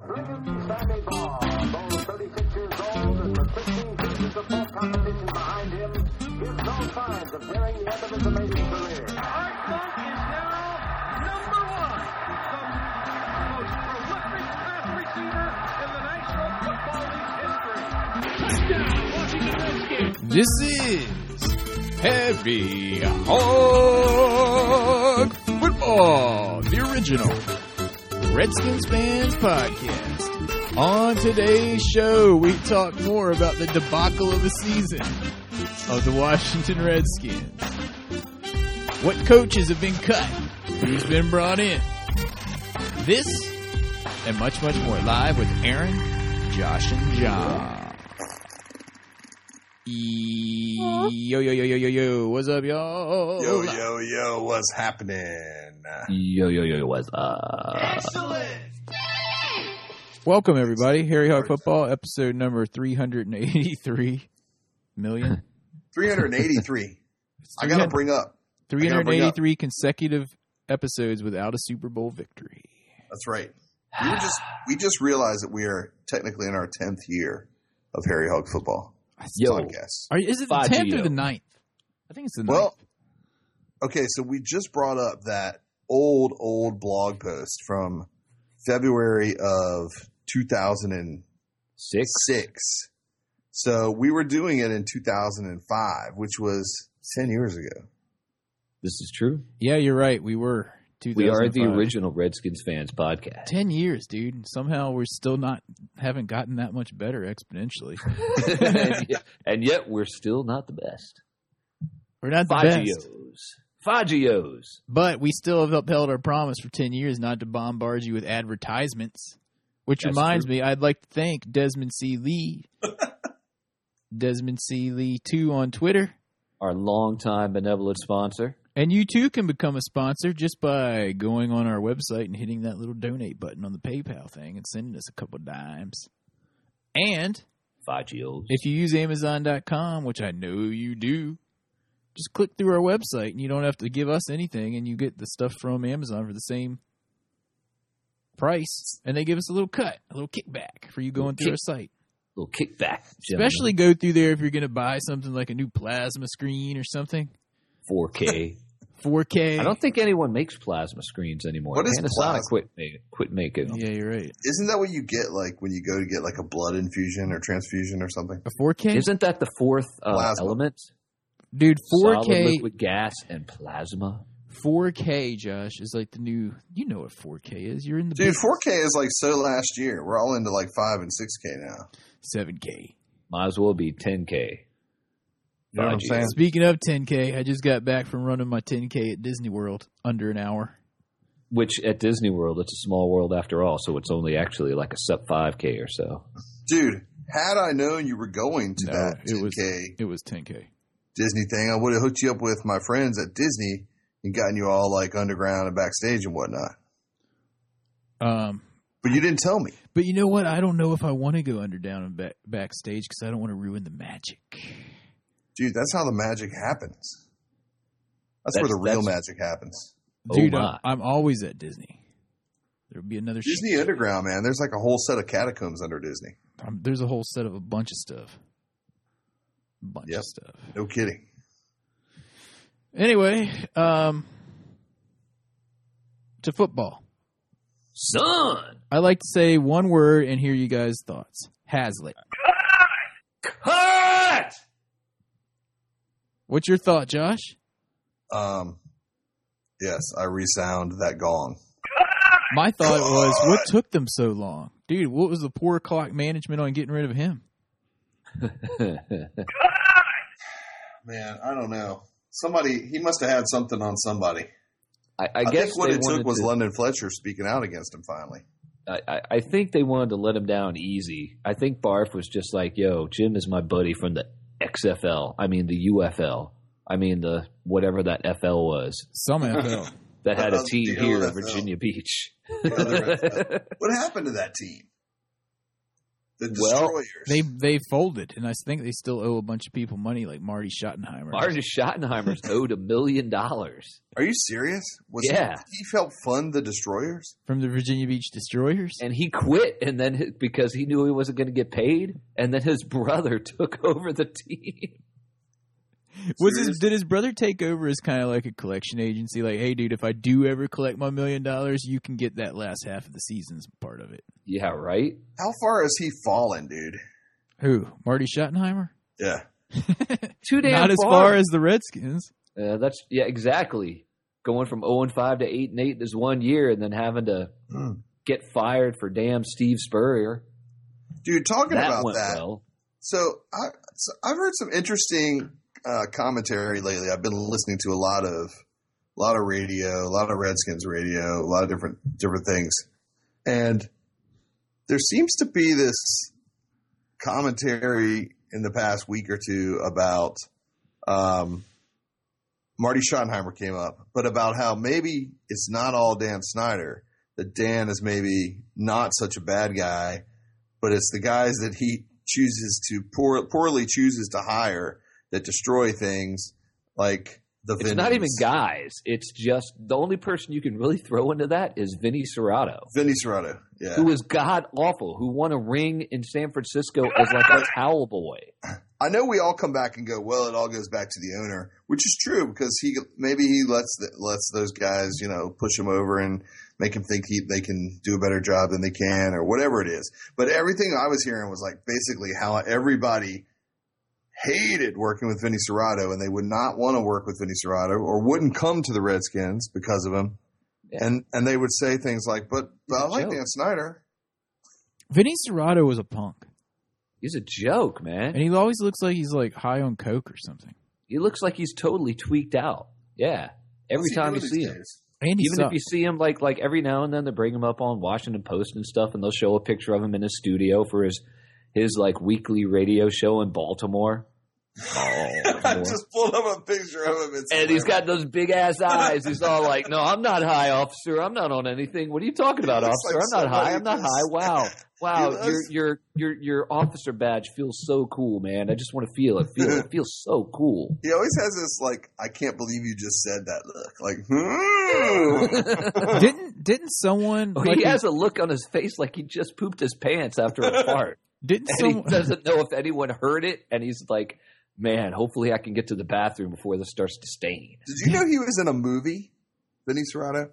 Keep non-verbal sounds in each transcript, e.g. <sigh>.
Ruben Sandy Ball, though 36 years old and with 15 pieces of full competition behind him, gives no signs of nearing the end of his amazing career. Art Monk is now number one, the most prolific pass receiver in the National Football League history. This is Heavy Hog Football, the original Redskins fans podcast. On today's show, we talk more about the debacle of the season of the Washington Redskins. What coaches have been cut? Who's been brought in? This and much, much more live with Aaron, Josh, and John. E- Yo, yo, yo, yo, yo, yo. What's up, y'all? Yo, yo, yo, what's <laughs> happening? Yo, yo, yo, yo, what's up? Welcome everybody, Harry Hog Football, episode number three hundred and eighty-three million. 383. I got to bring up. three gotta hundred bring up. eighty-three consecutive episodes without a Super Bowl victory. That's right. We were <sighs> just we just realized that we are technically in our 10th year of Harry Hog Football Yo. podcast. Are, is it the Fagio. tenth or the 9th? I think it's the ninth. Well, okay, so we just brought up that old old blog post from February of 2006. Six? So we were doing it in 2005, which was 10 years ago. This is true. yeah, you're right. We were. We are the 2005. original Redskins fans podcast. <laughs> Ten years, dude. Somehow we're still not haven't gotten that much better exponentially. and, yet, and yet we're still not the best. We're not the best, Fagios. Fagios. but we still have upheld our promise for ten years not to bombard you with advertisements. Which That's reminds true. me, I'd like to thank Desmond C. <laughs> Lee. Desmond C. Lee 2 on Twitter. Our longtime benevolent sponsor. And you too can become a sponsor just by going on our website and hitting that little donate button on the PayPal thing and sending us a couple dimes. And Fagios. if you use Amazon.com, which I know you do, just click through our website and you don't have to give us anything and you get the stuff from Amazon for the same price. And they give us a little cut, a little kickback for you going through our site. little kickback. gentlemen. Especially go through there if you're going to buy something like a new plasma screen or something. 4K. 4K. I don't think anyone makes plasma screens anymore. What is Panasonic plasma? quit, ma- quit making them. yeah, you're right. Isn't that what you get like when you go to get like a blood infusion or transfusion or something? A 4K? Isn't that the fourth uh, Plasma. element? Dude, Solid 4K, liquid gas and plasma. 4K, Josh, is like the new. You know what 4K is. You're in the Dude, big- 4K is like so last year. We're all into like 5 and 6K now. 7K. Might as well be 10K. You know what I'm Fagios. saying? Speaking of 10K, I just got back from running my 10K at Disney World under an hour. which at Disney World, it's a small world after all, so it's only actually like a sub 5K or so. <laughs> Dude, had I known you were going to No, that 10K it was it was 10K. Disney thing, I would have hooked you up with my friends at Disney and gotten you all like underground and backstage and whatnot. Um, But you didn't tell me. but you know what? I don't know if I want to go under down and back, backstage because I don't want to ruin the magic. Dude, that's how the magic happens. That's, where That's- the real that's- magic happens. Oh Dude, my. I'm, I'm always at Disney. There'll be another. sh- Disney Underground, man. There's like a whole set of catacombs under Disney. um, there's a whole set of a bunch of stuff. Bunch Yep. of stuff. No kidding. Anyway, um, to football. Son, I like to say one word and hear you guys' thoughts. Hazlitt. cut! What's your thought, Josh? Um, yes, I resound that gong. My thought was, what took them so long? Dude, what was the poor clock management on getting rid of him? Man, I don't know. Somebody he must have had something on somebody. I, I, I, guess think what they it took wanted was to- London Fletcher speaking out against him finally. <laughs> I, I- I think they wanted to let him down easy. I think Barf was just like, "Yo, Jim is my buddy from the XFL. I mean the UFL. I mean the whatever that FL was Some <laughs> NFL. that had a Uh, team the here in UFL. Virginia Beach." <laughs> The other NFL. What happened to that team? The Well, Destroyers. They they folded, and I think they still owe a bunch of people money, like Marty Schottenheimer. Marty Schottenheimer's owed a million dollars. Are you serious? Was Yeah. he helped fund the Destroyers? from the Virginia Beach Destroyers. and he quit and then his- because he knew he wasn't going to get paid and then his brother <laughs> took over the team Was his, Serious? did his brother take over as kind of like a collection agency? Like, hey, dude, if I do ever collect my million dollars, you can get that last half of the season's part of it. yeah right How far has he fallen, dude? Who? Marty Schottenheimer? Yeah. too damn Not as far far as the Redskins. uh, that's yeah exactly going from 0 and 5 to 8 and 8 is one year and then having to Hmm. get fired for damn steve spurrier Dude, talking that about went that. well So, I, so I've heard some interesting uh, commentary lately. I've been listening to a lot of a lot of radio, a lot of Redskins radio, a lot of different different things, and there seems to be this commentary in the past week or two about um, Marty Schottenheimer came up, but about how maybe it's not all Dan Snyder. That Dan is maybe not such a bad guy but it's the guys that he chooses to poor, poorly chooses to hire that destroy things like the it's not Vinnies. even guys it's just the only person you can really throw into that is vinny serrato Vinny Serrato. Yeah. who was god awful who won a ring in san francisco as like <laughs> a towel boy I know we all come back and go, well, it all goes back to the owner, which is true because he maybe he lets the, lets those guys, you know, push him over and make him think he, they can do a better job than they can or whatever it is. But everything I was hearing was like basically how everybody hated working with Vinny Serrato and they would not want to work with Vinny Serrato or wouldn't come to the Redskins because of him. Yeah. And and they would say things like, "But, but I like joke. Dan Snyder." Vinny Serrato was a punk, he's a joke man and he always looks like he's like high on coke or something. He looks like he's totally tweaked out. Yeah. Every What's he time you doing see these him. days? And he Even if sucked. you see him like like every now and then they bring him up on Washington Post and stuff and they'll show a picture of him in his studio for his his like weekly radio show in <laughs> Baltimore. I Baltimore. just pulled up a picture of him. It's and he's got those big ass eyes. He's all like, "No, I'm not high, officer. I'm not on anything. What are you talking about, He looks officer? like I'm not high. I'm not somebody high. <laughs> Wow, wow. Your looks- your your your officer badge feels so cool, man. I just want to feel it. Feel it. it feels so cool." He always has this like, I can't believe you just said that look. Like, hmm. <laughs> didn't didn't someone Oh, like, he has a look on his face like he just pooped his pants after <laughs> a fart, didn't and he someone <laughs> doesn't know if anyone heard it. And he's like, "Man, hopefully I can get to the bathroom before this starts to stain." <laughs> did you know he was in a movie, Vinny Serrato?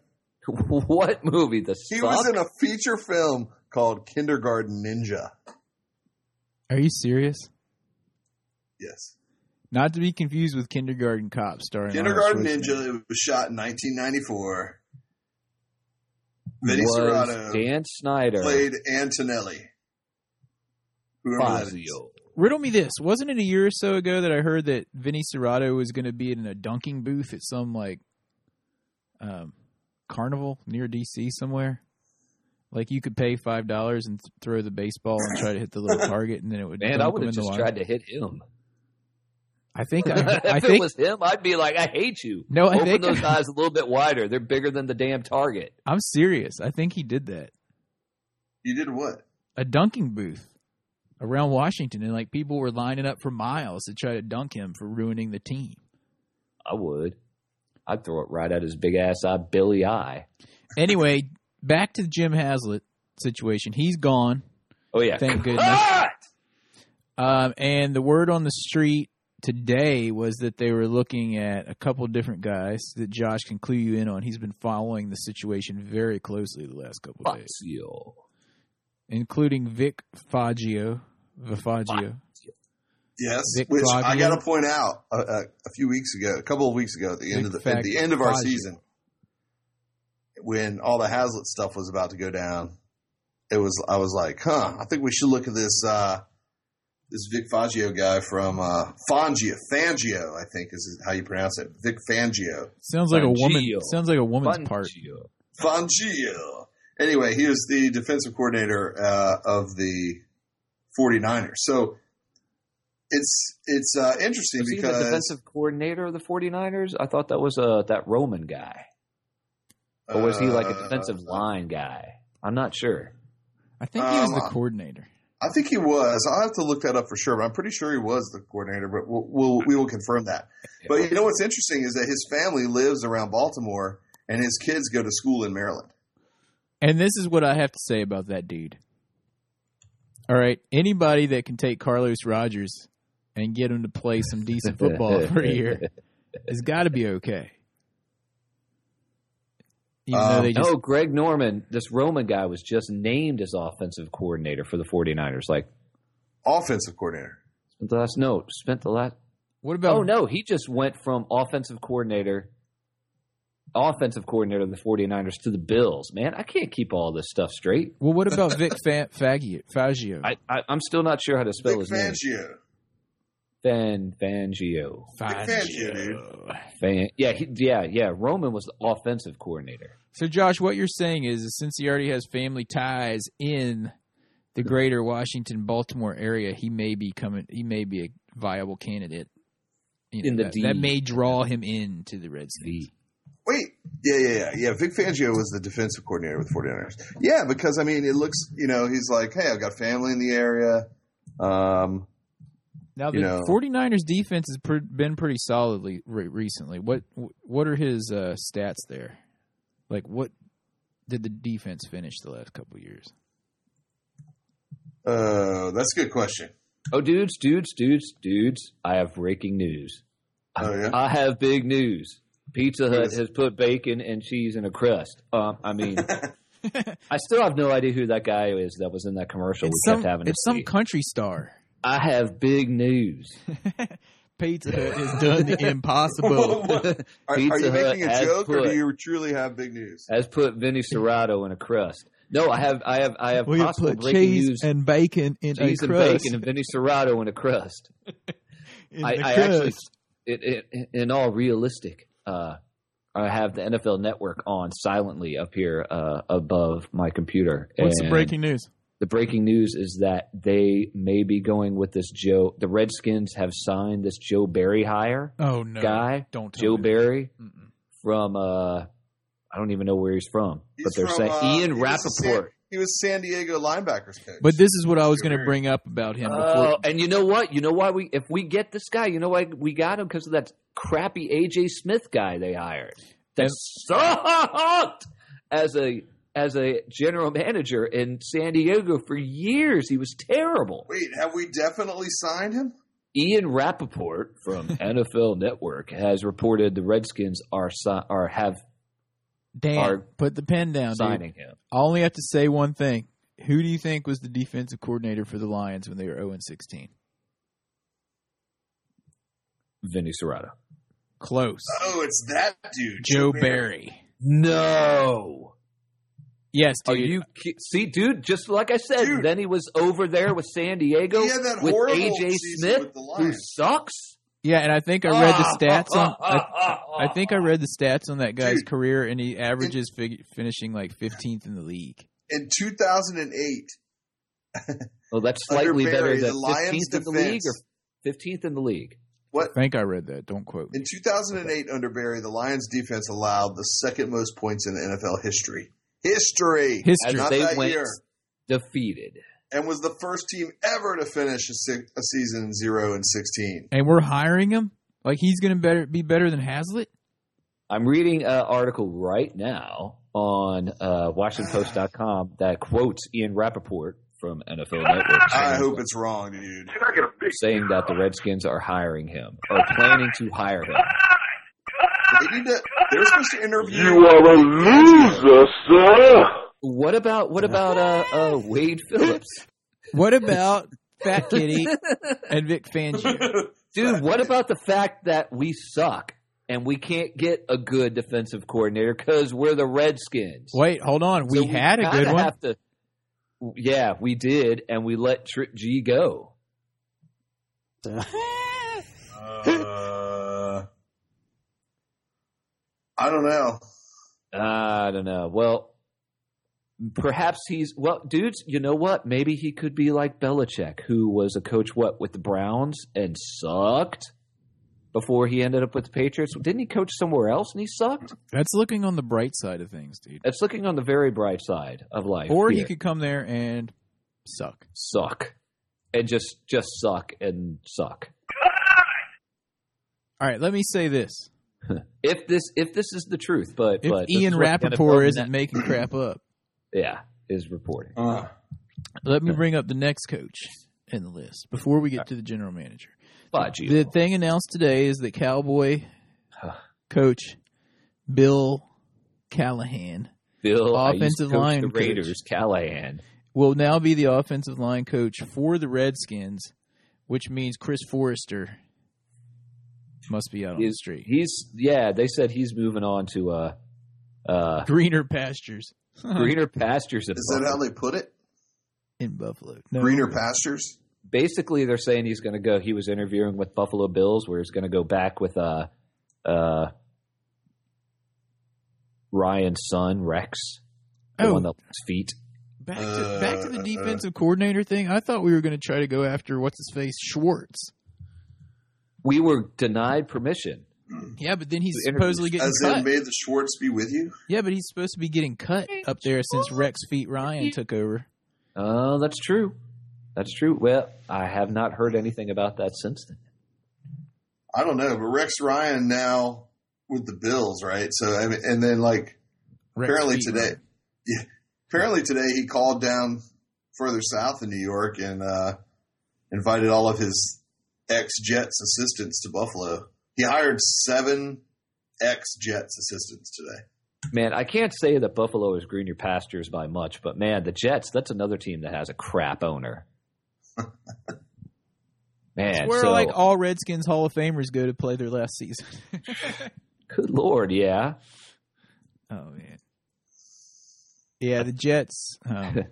what movie? The He suck? was in a feature film called Kindergarten Ninja. Are you serious? Yes. Not to be confused with Kindergarten Cop starring Arnold Kindergarten Schwarzenegger. Ninja. It was shot in 1994. Vinny was Serrato Dan Snyder played Antonelli. Whoever that is. Fazio. Riddle me this: Wasn't it a year or so ago that I heard that Vinny Serrato was going to be in a dunking booth at some like um, carnival near DC somewhere? Like you could pay five dollars and th- throw the baseball and try to hit the <laughs> little target, and then it would. Man, dunk I him would have in the just water. tried to hit him. I think <laughs> I, if I it think was him, I'd be like, I hate you. no, I Open think <laughs> those eyes a little bit wider. They're bigger than the damn target. I'm serious. I think he did that. You did what? a dunking booth around Washington, and like people were lining up for miles to try to dunk him for ruining the team. I would. I'd throw it right at his big ass eye, Billy Eye. Anyway, back to the Jim Haslett situation. He's gone, Oh yeah. thank goodness. <laughs> Ah! Um, and the word on the street today was that they were looking at a couple different guys that Josh can clue you in on. He's been following the situation very closely the last couple of days, Fazio. including Vic Faggio. Vifaggio. Yes, Vic which I Fangio. got to point out uh, uh, a few weeks ago, a couple of weeks ago, at the end Vic of the, at the Fang- end of our Fangio. season, when all the Hazlitt stuff was about to go down, it was I was like, huh, I think we should look at this uh, this Vic Fangio guy from uh, Fangio, Fangio, I think is how you pronounce it, Vic Fangio, Sounds like a woman. Fangio. Sounds like a woman's part. Fazio. Fangio. Anyway, he was the defensive coordinator uh, of the 49ers. So it's it's uh, interesting Was he the because defensive coordinator of the 49ers? I thought that was uh, that Roman guy. Or was he like a Uh, defensive line guy? I'm not sure. I think he was Um, the coordinator. I think he was. I'll have to look that up for sure, but I'm pretty sure he was the coordinator, but we'll, we'll, we will confirm that. But you know what's interesting is that his family lives around Baltimore and his kids go to school in Maryland. And this is what I have to say about that dude. All right, anybody that can take Carlos Rogers and get him to play some decent <laughs> <laughs> football for a year has got to be okay. Even though Um, they just oh, Greg Norman, this Roman guy was just named as offensive coordinator for the 49ers. Like, Offensive coordinator. spent the last, no, spent the last, what about oh no, he just went from offensive coordinator, offensive coordinator of the 49ers to the Bills. Man, I can't keep all this stuff straight. well? What about Vic Fa- Fagio? Fagio? I, I, I'm still not sure how to spell Vic his name. Fangio. Fan Fangio. Fangio, dude. Fan, yeah, he, yeah, yeah. Roman was the offensive coordinator. So, Josh, what you're saying is, is since he already has family ties in the greater Washington, Baltimore area, he may be coming. He may be a viable candidate. You In the that, D. that may draw him in to the Redskins. The Wait, yeah, yeah, yeah, yeah. Vic Fangio was the defensive coordinator with 49ers. Yeah, because I mean, it looks, you know, he's like, hey, I've got family in the area. Um, Now, the You know. 49ers defense has pr- been pretty solidly re- recently. What what are his uh, stats there? Like, what did the defense finish the last couple of years? uh, that's a good question. oh, dudes, dudes, dudes, dudes! I have breaking news. Oh, yeah? I have big news. Pizza Hut Yes. has put bacon and cheese in a crust. Um, I mean, <laughs> I still have no idea who that guy is that was in that commercial. it's we some, kept having to it's some see. country star. <laughs> I have big news. Pizza Hut has done <laughs> the impossible. What- what- Are, are Pizza you Hut making a has joke, or put- do you truly have big news? <laughs> Has put Vinny Serrato in a crust. No, I have, I have, I have We possible put breaking cheese news. and bacon in cheese a and crust. bacon and Vinny Serrato in a crust. in I, the I actually, crust. it, it, in all realistic, uh, I have the NFL Network on silently up here uh, above my computer. What's the And breaking news? The breaking news is that they may be going with this Joe. The Redskins have signed this Joe Barry hire Oh no, guy, don't tell Joe me. Barry Mm-mm. from uh, I don't even know where he's from, but He's they're from, saying uh, Ian he was a Rappaport. San- He was San Diego linebackers coach. But this is what I was going to Barry. bring up about him. Before. Oh, and you know what? You know why we if we get this guy, you know why we got him because of that crappy AJ Smith guy they hired that And- sucked as a as a general manager in San Diego for years. He was terrible. Wait, have we definitely signed him? Ian Rappaport <laughs> from NFL Network has reported the Redskins are si- are have Dan, Are- put the pen down. Dude. signing him. I only have to say one thing. Who do you think was the defensive coordinator for the Lions when they were 0 16? Vinny Serrato. Close. Oh, it's that dude, Joe Barry. No. Yes, Are dude. you ki- see, dude? Just like I said, Oh, Dude. then he was over there with San Diego He had that with horrible AJ season Smith, with the who Lions. sucks. yeah, and I think I read the stats on. I, <laughs> I, I think I read the stats on that guy's Dude. career, and he averages fig- finishing like 15th in the league. In 2008, Well, Oh, that's Under slightly better Barry, than the Lions fifteenth in the league defense- or fifteenth in the league. what? I think I read that. Don't quote me. In 2008, under Barry, the Lions defense allowed the second most points in NFL history. History. As History. Not they that went year. defeated. And was the first team ever to finish a, se- a season 0 and 16. and we're hiring him. Like he's going to better be better than Hazlitt. I'm reading an article right now on uh, WashingtonPost.com that quotes Ian Rappaport from NFL Network. I hope it's wrong, dude. Can I get a big saying that the Redskins are hiring him or planning to hire him. They need to, they're supposed to interview. You are a loser, sir. What about what about uh, uh Wade Phillips? What about Fat <laughs> Kitty and Vic Fangio? Dude, what about the fact that we suck and we can't get a good defensive coordinator cuz we're the Redskins? Wait, hold on. We So had a kinda good one. have to- yeah, we did and we let Trip G go. Uh, <laughs> I don't know. I don't know. Well, perhaps he's well, dudes. You know what? Maybe he could be like Belichick, who was a coach what with the Browns and sucked before he ended up with the Patriots. Didn't he coach somewhere else and he sucked? That's looking on the bright side of things, dude. That's looking on the very bright side of life. Or here. he could come there and Suck. suck, and just just suck and suck. All right, let me say this. If this if this is the truth, but If but this Ian is what the Rappaport NFL isn't making <clears throat> crap up, yeah is reporting. Um, Uh, let me Okay. bring up the next coach in the list before we get to the general manager. Fudge you. The thing announced today is that Cowboy coach Bill Callahan Bill, I used to offensive coach line the coach. Raiders, Callahan. will now be the offensive line coach for the Redskins, which means Chris Forrester must be out on the Is- street. He's yeah. They said he's moving on to uh uh Greener pastures greener pastures. in is that Buffalo. how they put it? <laughs> in Buffalo. No. Greener pastures. basically they're saying he's going to go. He was interviewing with Buffalo Bills, where he's going to go back with uh, uh, Ryan's son Rex, the Oh. one that lost feet. Back to back to the Uh, defensive coordinator thing. I thought we were going to try to go after what's his face Schwartz. We were denied permission. Yeah, but then he's The interview. supposedly getting As cut. in, may the Schwartz be with you. yeah, but he's supposed to be getting cut up there since Rex Feet Ryan took over. Oh, that's true. That's true. Well, I have not heard anything about that since then. I don't know, but Rex Ryan now with the Bills, right? So I mean, and then like Rex apparently Feet today, <laughs> Ryan. yeah, apparently today he called down further south in New York and uh, invited all of his ex Jets assistants to Buffalo. He hired seven ex Jets assistants today. Man, I can't say that Buffalo is greener pastures by much, but man, the Jets, that's another team that has a <laughs> crap owner. Man, It's where so, like all Redskins Hall of Famers go to play their last season. good lord, yeah. Oh man. Yeah, the Jets. Um,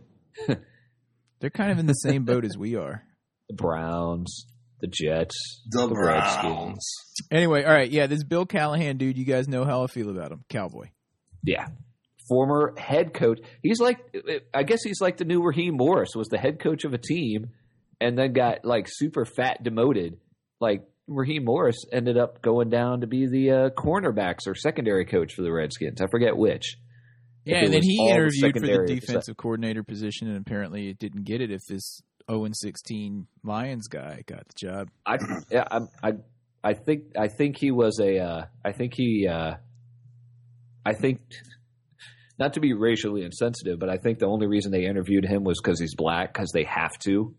they're kind of in the same boat as we are. the Browns, the Jets, The, Redskins. Browns. Anyway, all right, yeah, this Bill Callahan dude, you guys know how I feel about him, cowboy. Yeah. Former head coach. He's like, I guess he's like the new Raheem Morris, was the head coach of a team and then got like super fat demoted. Like Raheem Morris ended up going down to be the uh, cornerbacks or secondary coach for the Redskins. I forget which. If Yeah, it and then was he all the interviewed for the secondary, it's defensive coordinator position, and apparently it didn't get it. If this 0 16 Lions guy got the job, <laughs> I, yeah, I'm- I, I think, I think he was a, uh, I think he, uh, I think, not to be racially insensitive, but I think the only reason they interviewed him was because he's black, because they have to,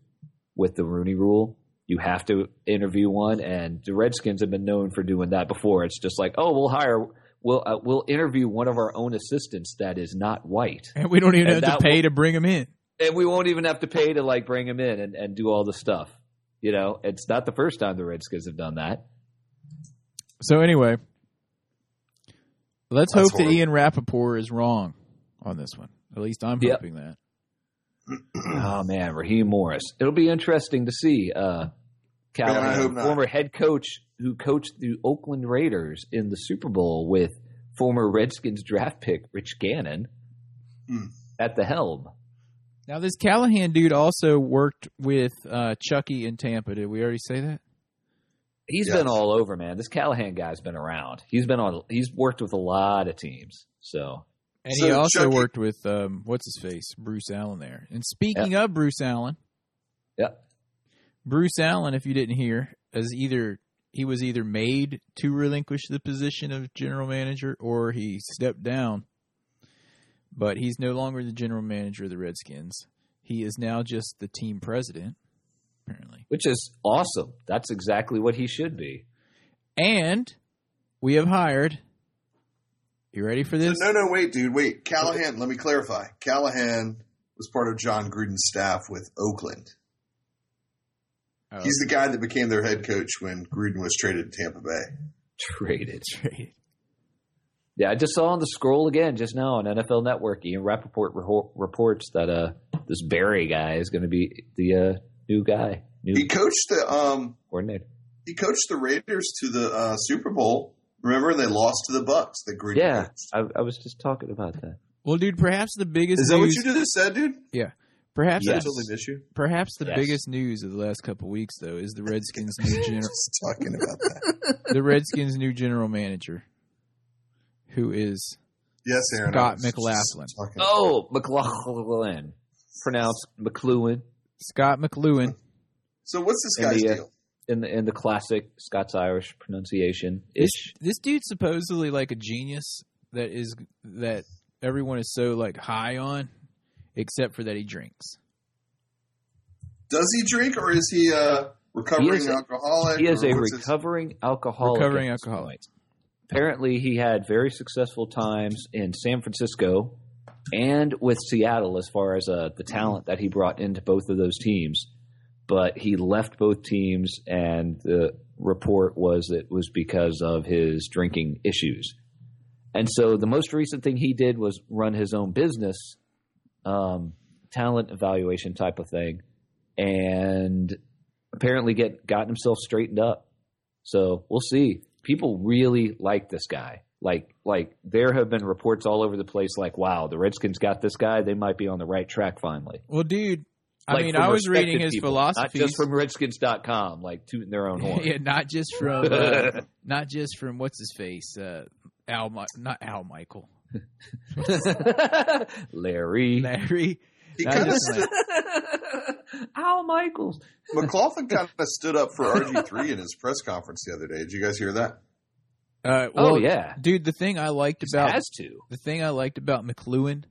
with the Rooney Rule, you have to interview one, and the Redskins have been known for doing that before. It's just like, oh, we'll hire, we'll, uh, we'll interview one of our own assistants that is not white and we don't even And have that to pay will- to bring him in. and we won't even have to pay to like bring him in and, and do all the stuff. You know, it's not the first time the Redskins have done that. So anyway, let's That's hope that Ian Rappaport is wrong on this one. At least I'm Yep. hoping that. Mm-hmm. Oh man, Raheem Morris. It'll be interesting to see. Uh, Callahan, Man, I hope not. former head coach who coached the Oakland Raiders in the Super Bowl with former Redskins draft pick Rich Gannon Hmm. at the helm. Now this Callahan dude also worked with uh, Chucky in Tampa. Did we already say that? He's Yeah. been all over, man. This Callahan guy's been around. He's been on. He's worked with a lot of teams. So And So he also Chucky- worked with um, what's his face, Bruce Allen there. And speaking of Bruce Allen, Yep. Bruce Allen, if you didn't hear, is either he was either made to relinquish the position of general manager or he stepped down. But he's no longer the general manager of the Redskins. He is now just the team president, apparently. which is awesome. That's exactly what he should be. And we have hired. You ready for this? No, no, wait, dude, wait. Callahan. Let me clarify. Callahan was part of John Gruden's staff with Oakland. Oh, He's the guy that became their head coach when Gruden was traded to Tampa Bay. Traded. traded. Yeah, I just saw on the scroll again just now on NFL Network. Ian Rappaport reho- reports that uh, this Barry guy is going to be the uh, new guy, new He coached the um coordinator. he coached the Raiders to the uh, Super Bowl. Remember, and they lost to the Bucks. That Gruden. Yeah, coached. I, I was just talking about that. Well, dude, perhaps the biggest Is that what news, you just said, dude? perhaps Yes. the, Totally miss you. perhaps the Yes. biggest news of the last couple weeks though is <laughs> the Redskins new general Just talking about <laughs> that. the Redskins new general manager who is Yes, Aaron. I Scott was just McLaughlin. talking- Oh, McLaughlin, pronounced McLuhan. Scott McLuhan. So what's this And guy's the, uh, deal? in the in the classic Scots Irish pronunciation ish. This dude's supposedly like a genius that is that everyone is so like high on, except for that he drinks. Does he drink or is he uh, recovering He is a- alcoholic? He is or a what's his- recovering alcoholic. Recovering at this alcoholic. point. Apparently, he had very successful times in San Francisco and with Seattle as far as uh, the talent that he brought into both of those teams. But he left both teams, and the report was it was because of his drinking issues. And so the most recent thing he did was run his own business, um, talent evaluation type of thing, and apparently get gotten himself straightened up. So we'll see. People really like this guy. Like like there have been reports all over the place like, wow, the Redskins got this guy, they might be on the right track finally. Well, dude, I Like, mean, from I was respected reading his people, philosophies. <laughs> Not just from Redskins.com, like tooting their own horn. yeah, not just from <laughs> uh, not just from what's his face, uh, Al, Mi- not Al Michael, <laughs> <laughs> Larry. Larry. He Not kind of just stood, Larry. Al Michaels. McLaughlin kind of stood up for RG3 in his press conference the other day. Did you guys hear that? Uh, well, Oh yeah. dude. The thing I liked about Has to. the thing I liked about <laughs> McLuhan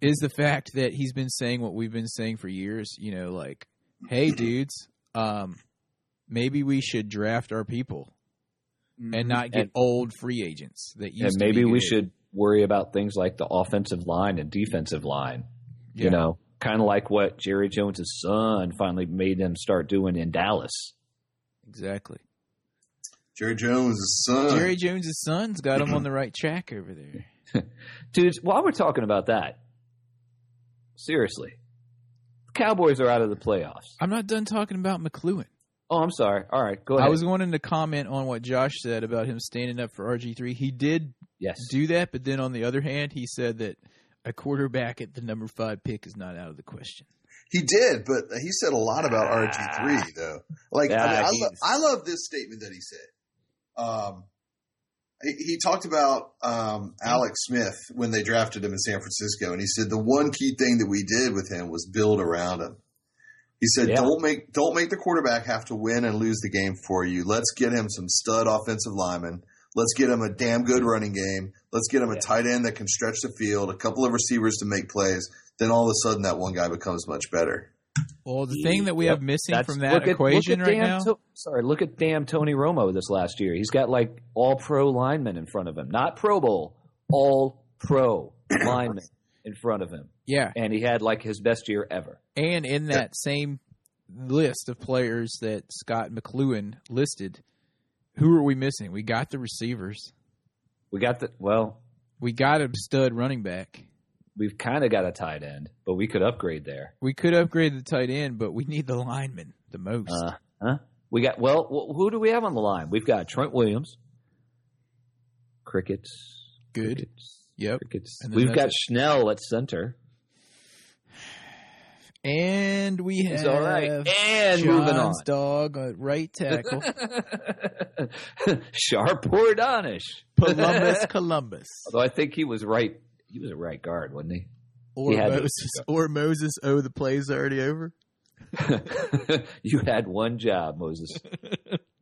is the fact that he's been saying what we've been saying for years. You know, like, hey, dudes, um, maybe we should draft our people and not get Mm-hmm. And- old free agents that used to And be maybe we good. should worry about things like the offensive line and defensive line. Yeah. You know, kind of like what Jerry Jones' son finally made them start doing in Dallas. exactly. Jerry Jones' son. Jerry Jones' son's got him on the right track over there. Dudes, while we're talking about that, seriously, the Cowboys are out of the playoffs. I'm not done talking about McLuhan. Oh, I'm sorry. All right, go ahead. I was wanting to comment on what Josh said about him standing up for RG3. He did yes. do that, but then on the other hand, he said that a quarterback at the number five pick is not out of the question. He did, but he said a lot about RG3 though. Like I, mean, Yeah, I, he's- lo- I love this statement that he said. Um, he, he talked about um, Alex Smith when they drafted him in San Francisco, and he said the one key thing that we did with him was build around him. He said, Yeah. "Don't make don't make the quarterback have to win and lose the game for you. Let's get him some stud offensive linemen. Let's get him a damn good running game. Let's get him a Yeah. tight end that can stretch the field, a couple of receivers to make plays. Then all of a sudden, that one guy becomes much better. Well, the thing that we Yep, have missing That's- from look that at- equation look at right now, damn To- sorry, look at damn Tony Romo this last year. He's got like all pro linemen in front of him, not Pro Bowl, all pro <coughs> linemen in front of him, yeah, and he had like his best year ever. and in that same list of players that Scott McLuhan listed, who are we missing? We got the receivers. We got the well, We got a stud running back. we've kind of got a tight end, but we could upgrade there. We could upgrade the tight end, but we need the lineman the most. Uh, huh? We got well. wh- Who do we have on the line? We've got Trent Williams, crickets, Good. crickets, Yep. crickets. And then We've that's got it. Schnell at center. And we have He's all right. And moving on. John's dog at right tackle. <laughs> Sharp or Donish. Columbus, Columbus, <laughs> Although I think he was right. He was a right guard, wasn't he? <laughs> or had to- Moses, or Moses. Oh, the play's already over. you had one job, Moses.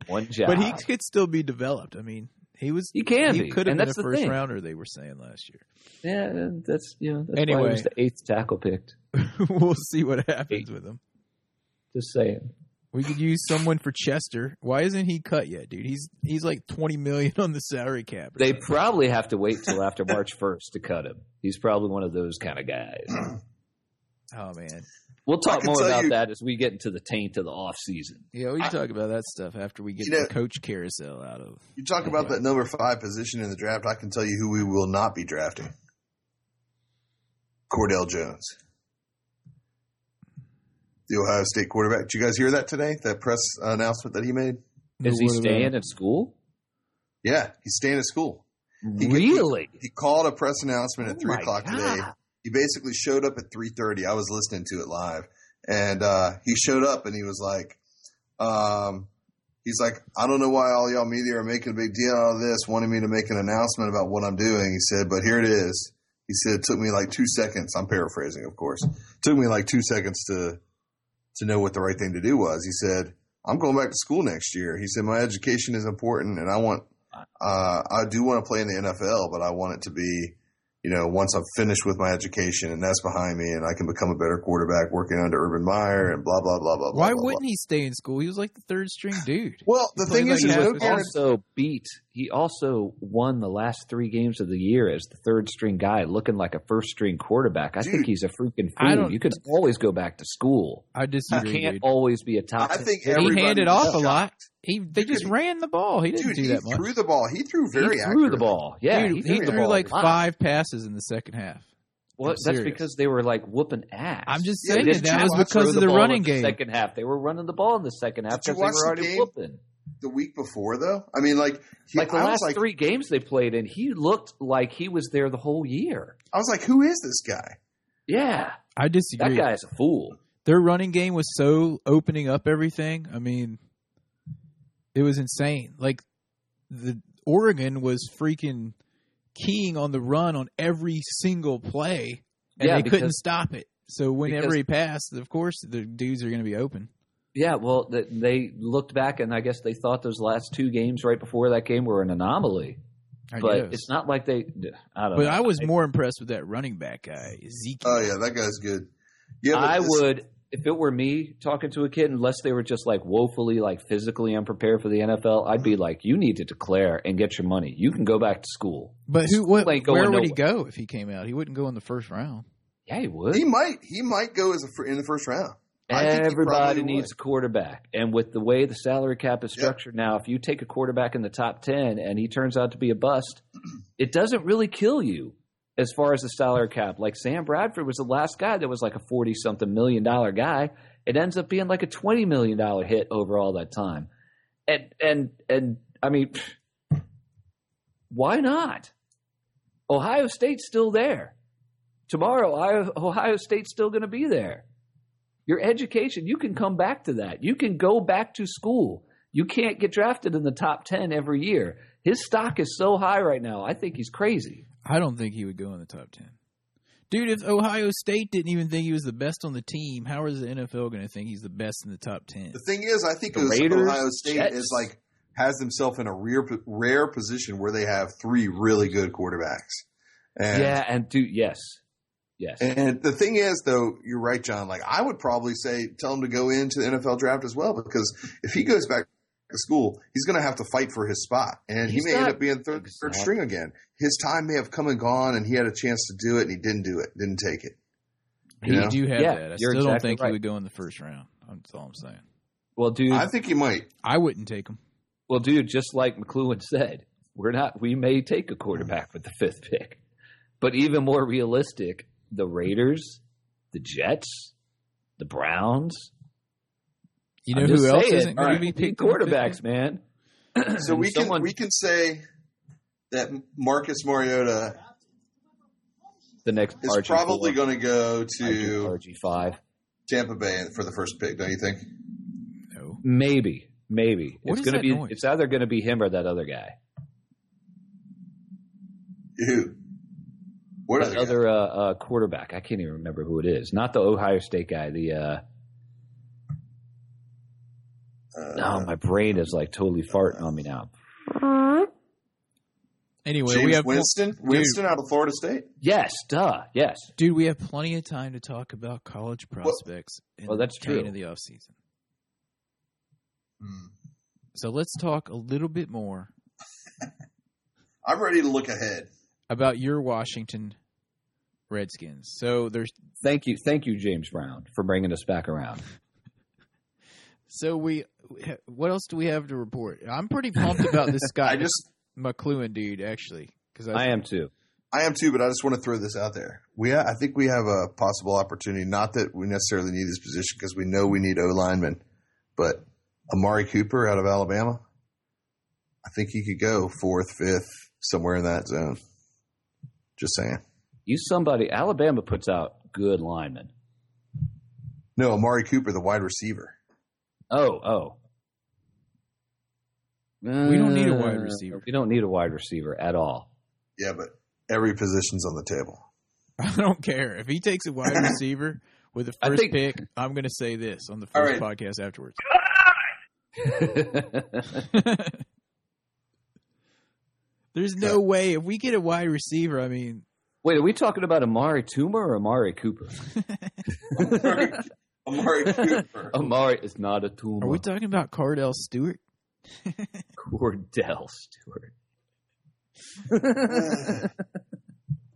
One <laughs> job. But he could still be developed. I mean, he was. He can he be, could have and been that's a the first thing. rounder. They were saying last year. <laughs> yeah, that's you know. That's why Anyway. he was the eighth tackle picked. we'll see what happens with him. Just saying. We could use someone for Chester. Why isn't he cut yet, dude? He's he's like twenty million on the salary cap. or They something. probably have to wait till after March <laughs> first to cut him. He's probably one of those kind of guys. oh man, We'll I talk can more tell about you- that as we get into the taint of the off season. yeah, we can talk about that stuff after we get You know- the coach carousel out of. You talk about that number five position in the draft. I can tell you who we will not be drafting. Cordell Jones, the Ohio State quarterback. Did you guys hear that today? That press announcement that he made. Is he What about- staying at school? Yeah, he's staying at school. He- Really? He called a press announcement at Oh three my o'clock today. God. He basically showed up at three thirty. I was listening to it live, and uh, he showed up and he was like, um, "He's like, I don't know why all y'all media are making a big deal out of this, wanting me to make an announcement about what I'm doing." He said, "But here it is." He said, "It took me like two seconds." I'm paraphrasing, of course. took me like two seconds to to know what the right thing to do was. He said, "I'm going back to school next year." He said, "My education is important, and I want, uh, I do want to play in the NFL, but I want it to be, you know, once I'm finished with my education and that's behind me, and I can become a better quarterback working under Urban Meyer and blah blah blah blah." blah, Why blah, blah." wouldn't he stay in school? He was like the third string dude. Well, the He thing played is, like there's half no his- guarantee. also beat. He also won the last three games of the year as the third string guy, looking like a first string quarterback. I Dude, think he's a freaking I fool. don't- You can always go back to school. I You disagree. can't dude. always be a top. I 10 think pick. every- he handed everybody was off a shocked. lot. He they Dude, just ran the ball. He didn't Dude, do that he much. threw the ball. He threw very he accurate. threw the ball. Yeah, Dude, he he threw, threw, the ball like a lot. five passes in the second half. Well, I'm that's serious. because they were like whooping ass. I'm just Yeah, saying they They didn't that try was to because throw of the the ball running in the game. Second half, they were running the ball in the second half Did you because they were watch the already game? whooping. the week before, though. I mean, like, he, Like the I was last like, three games they played in, he looked like he was there the whole year. I was like, who is this guy? Yeah, I that disagree. guy's a fool. Their running game was so opening up everything. I mean, it was insane. Like the Oregon was freaking keying on the run on every single play, and Yeah, they couldn't because- stop it. So whenever because- he passed, of course the dudes are going to be open. Yeah, well, th- they looked back and I guess they thought those last two games right before that game were an anomaly. I but guess. it's not like they. I don't. But know. I was more impressed with that running back guy, Zeke. Oh yeah, that guy's good. Yeah, but I this- would, if it were me talking to a kid, unless they were just like woefully, like physically unprepared for the NFL, I'd be like, "You need to declare and get your money. You can go back to school." but who? What, ain't going where would he go if he came out? He wouldn't go in the first round. Yeah, he would. He might. He might go as a fr- in the first round. I think he Everybody probably needs a quarterback, and with the way the salary cap is Yep. structured now, if you take a quarterback in the top ten and he turns out to be a bust, <clears throat> it doesn't really kill you as far as the salary cap. Like Sam Bradford was the last guy that was like a forty something million dollar guy. It ends up being like a twenty million dollar hit over all that time, and and and I mean, <sniffs> why not? Ohio State's still there. Tomorrow, Ohio, Ohio State's still going to be there your education you can come back to that you can go back to school you can't get drafted in the top 10 every year his stock is so high right now i think he's crazy I don't think he would go in the top ten. Dude, if Ohio State didn't even think he was the best on the team, how is the NFL going to think he's the best in the top ten? The thing is, I think The it was Raiders, Ohio State Jets. is like has themselves in a rare rare position where they have three really good quarterbacks. And, yeah and dude yes yes And the thing is, though, you're right, John. Like I would probably say, tell him to go into the NFL draft as well, because if he goes back to school, he's going to have to fight for his spot, and He's he may not- end up being third, third Exactly. string again. His time may have come and gone, and he had a chance to do it, and he didn't do it, didn't take it. He Yeah. do have Yeah, that. I you're still don't exactly think right. he would go in the first round. That's all I'm saying. well dude I think he might. I wouldn't take him. well dude just like mcluhan said we're not we may take a quarterback with the fifth pick but even more realistic the raiders the jets the browns You know I'm just who else saying, isn't all going right, to be we need picked? in the fifth quarterbacks man <clears throat> So we can Someone- we can say that Marcus Mariota the next is RG4, probably going to go to RG5 Tampa Bay for the first pick, don't you think? pick? No. Maybe, maybe What it's is gonna that be. noise? It's either gonna be him or that other guy. Who? What other? That guy? other uh, uh, quarterback. I can't even remember who it is. Not the Ohio State guy. The uh, Uh, oh, my brain is like totally farting on me now. Anyway, James we have Winston, Winston out of Florida State. Yes, duh, yes. dude. We have plenty of time to talk about college prospects and Well, that's the pain true. Hmm. of the offseason. So let's talk a little bit more I'm ready to look ahead. about your Washington Redskins. So there's Thank you, thank you, James Brown, for bringing us back around. so we what else do we have to report? I'm pretty pumped about <laughs> this guy I just, McLuhan dude actually because <laughs> I am too. I am too, but I just want to throw this out there. We, I think we have a possible opportunity. Not that we necessarily need this position because we know we need O linemen, but Amari Cooper out of Alabama, I think he could go fourth, fifth, somewhere in that zone. Just saying. You somebody. Alabama puts out good linemen. No, Amari Cooper, the wide receiver. Oh, oh. We don't need a wide Uh, receiver. We don't need a wide receiver at all. <laughs> Yeah, but every position's on the table. <laughs> I don't care if he takes a wide receiver with the I first think- pick, I'm going to say this on the All first podcast afterwards. <laughs> There's no way if we get a wide receiver. I mean, Wait, are we talking about Amari Toomer or Amari Cooper? Amari, <laughs> <laughs> Amari Cooper. Amari is not a Toomer. are we talking about Cardell Stewart? Cordell Stewart?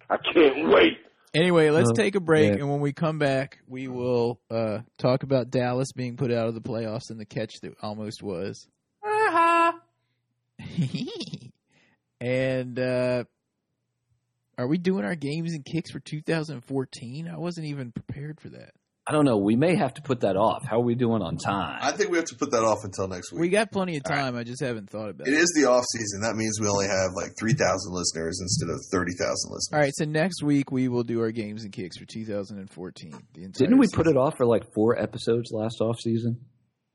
I can't wait. Anyway, let's Oh, take a break, yeah. and when we come back, we will uh, talk about Dallas being put out of the playoffs and the catch that almost was. <laughs> and uh, are we doing our games and kicks for 2014? I wasn't even prepared for that. I don't know. We may have to put that off. How are we doing on time? I think we have to put that off until next We week. got plenty of time. I just haven't thought about it it. is the off season. That means we only have like three thousand listeners instead of thirty thousand listeners. All right, so next week we will do our games and kicks for 2014. The entire Didn't we season. put it off for like four episodes last off season?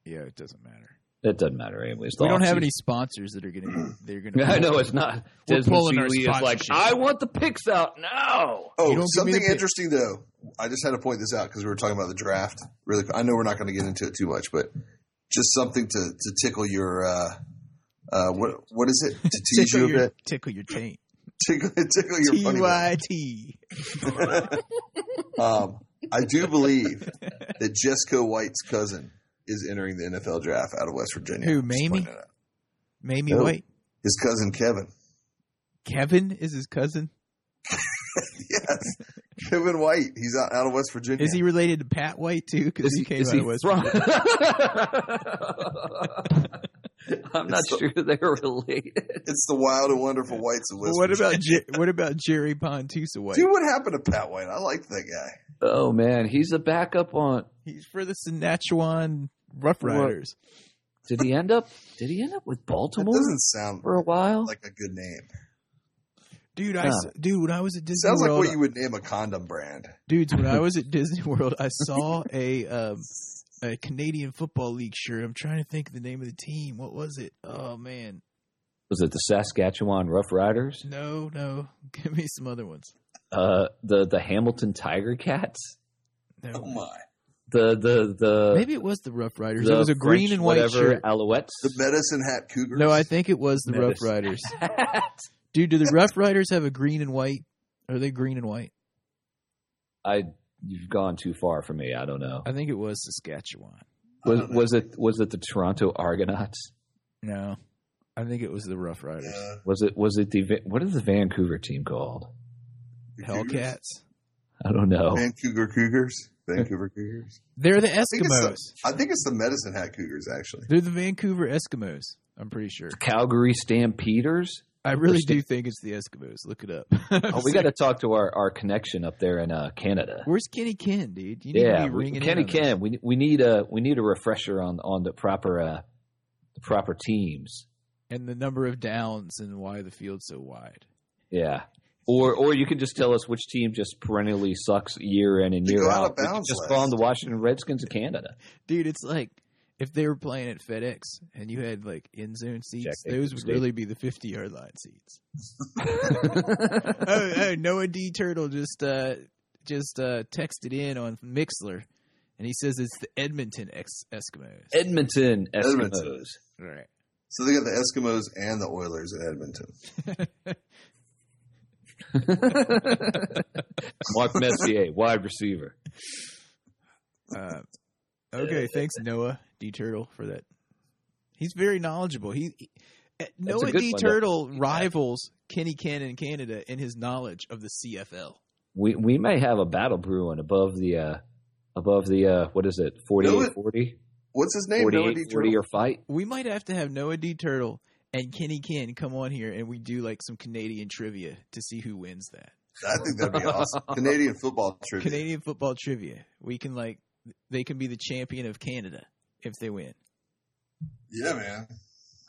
Yeah, it doesn't matter. It doesn't matter, anyways. The We don't have offseason- any sponsors that are going to. They're going to. <laughs> I know it's not. We're Desmond pulling our Seeley is like, sponsorship. I want the picks out now. You Oh, don't give me the something pick. interesting though. I just had to point this out because we were talking about the draft. Really, I know we're not going to get into it too much, but just something to, to tickle your uh, uh, what what is <laughs> it to <laughs> tease tickle you your a bit? <laughs> tickle your taint. Tickle, tickle your funny bone. T-Y-T. Um, I <laughs> do believe that Jessica White's cousin is entering the NFL draft out of West Virginia. Who, Just Mamie? pointing it out. Mamie Oh. White. His cousin Kevin. <laughs> Kevin is his cousin. Yes, Kevin White. He's out, out of West Virginia. Is he related to Pat White too? Because he came is out he of West. from? <laughs> I'm not It's the- sure they're related. It's the wild and wonderful Whites of Well, West. what Virginia. about Jer- what about Jerry Pontusa White? Dude, what happened to Pat White? I like that guy. Oh man, he's a backup on. He's for the Sinatchuan Rough Well, Riders. Did he end up? Did he end up with That Baltimore doesn't sound for a while? like a good name. Dude, I Nah. s- dude when I was at It Disney sounds like World, what you would name a condom brand. dudes when <laughs> I was at Disney World, I saw a um, a Canadian Football League shirt. I'm trying to think of the name of the team. What was it? Oh man, Was it the Saskatchewan Rough Riders? no, no, <laughs> give me some other ones. Uh, the the Hamilton Tiger Cats? No. my! The the the Maybe it was the Rough Riders. the it was a green French and white whatever shirt. Alouettes. The medicine hat cougar. No, I think it was the Rough Notice. <laughs> Riders. Dude, do the Rough Riders have a green and white? Are they green and white? I you've gone too far for me. I don't know. I think it was Saskatchewan. Was don't know. was it was it the Toronto Argonauts? No, I think it was the Rough Riders. Uh, Was it was it the Va- what is the Vancouver team called? the Cougars? Hellcats. I don't know. Oh. Vancouver Cougars. <laughs> Vancouver Cougars. They're the think it's Eskimos. I think it's the medicine hat Cougars. Actually, They're the Vancouver Eskimos. I'm pretty sure. Calgary Stampeders. I really Interesting. do think it's the Eskimos. Look it up. <laughs> Oh, we got to talk to our, our connection up there in uh, Canada. Where's Kenny Ken, dude? You need Yeah, to be we- ringing Kenny in on this. Ken. We we need a we need a refresher on on the proper uh, the proper teams. and the number of downs and why the field's so wide. Yeah. Or, or you can just tell us which team just perennially sucks year in and They year go out of out. We could bounds just last. call them the Washington Redskins of Canada. dude. It's like if they were playing at FedEx and you had like end zone seats, Jack those Nicklaus would Stadium. really be the fifty yard line seats. <laughs> oh, oh, Noah D Turtle just uh just uh texted in on Mixler, and he says it's the Edmonton ex- Eskimos. Edmonton Eskimos. Edmonton. right. so they got the Eskimos and the Oilers in Edmonton. <laughs> <laughs> Mark Messier, wide receiver. <laughs> Uh, okay, thanks Noah D Turtle for that. He's very knowledgeable. He, he- uh, a Noah good D one, though. Turtle rivals Kenny Ken in Canada in his knowledge of the CFL. We we may have a battle brewing above the uh, above the uh, what is it 48, Do it. 40? What's his name? Noah 48, D. 40 Turtle? or fight. we might have to have Noah D. Turtle and Kenny Ken come on here and we do like some Canadian trivia to see who wins that. I think that'd be <laughs> awesome. Canadian football trivia. Canadian football trivia. We can like they can be the champion of Canada if they win. Yeah, man.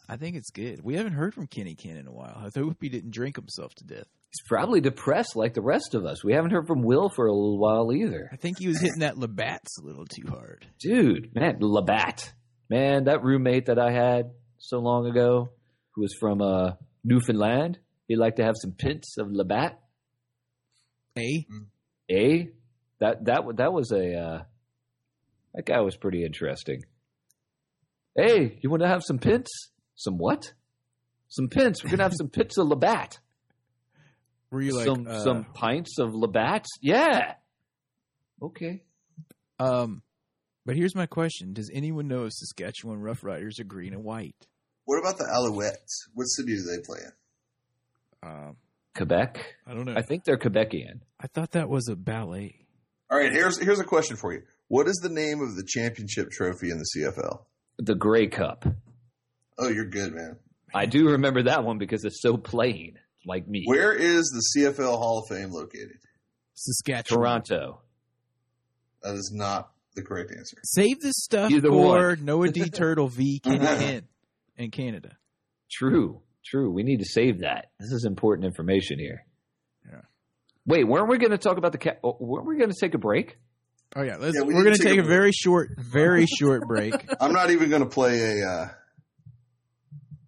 I think it's good. We haven't heard from Kenny Ken in a while. I hope he didn't drink himself to death. He's probably depressed like the rest of us. We haven't heard from Will for a little while either. I think he was hitting that Labatt's a little too hard. dude, man, Labatt, man, that roommate that I had so long ago, who was from uh, Newfoundland, he liked to have some pints of Labatt. Eh? Eh? that that wa- that was a uh, That guy was pretty interesting. Hey, you want to have some pins? Some what? Some pins. We're gonna have some pits of <laughs> Labatt. Were you like some uh, some pints of Labatt? Yeah. Okay. Um, but here's my question: Does anyone know if Saskatchewan Rough Riders are green and white? What about the Alouettes? What city do they play in? Um, Quebec. <laughs> I don't know. I think they're Quebecian. I thought that was a ballet. All right, here's here's a question for you. What is the name of the championship trophy in the CFL? The Grey Cup. Oh, you're good, man. I do remember that one because it's so plain, like me. Where is the CFL Hall of Fame located? Saskatchewan. Toronto. That is not the correct answer. Save this stuff Either for <laughs> Noah D. Turtle v. <laughs> Kenny Uh-huh. Ken in Canada. True. True. We need to save that. This is important information here. Yeah. Wait, weren't we going to talk about the cat? Weren't we going to take a break? Oh yeah, let's, Yeah, we we need are going to to take take a a very short, <laughs> very short break. I'm not even going to play a uh,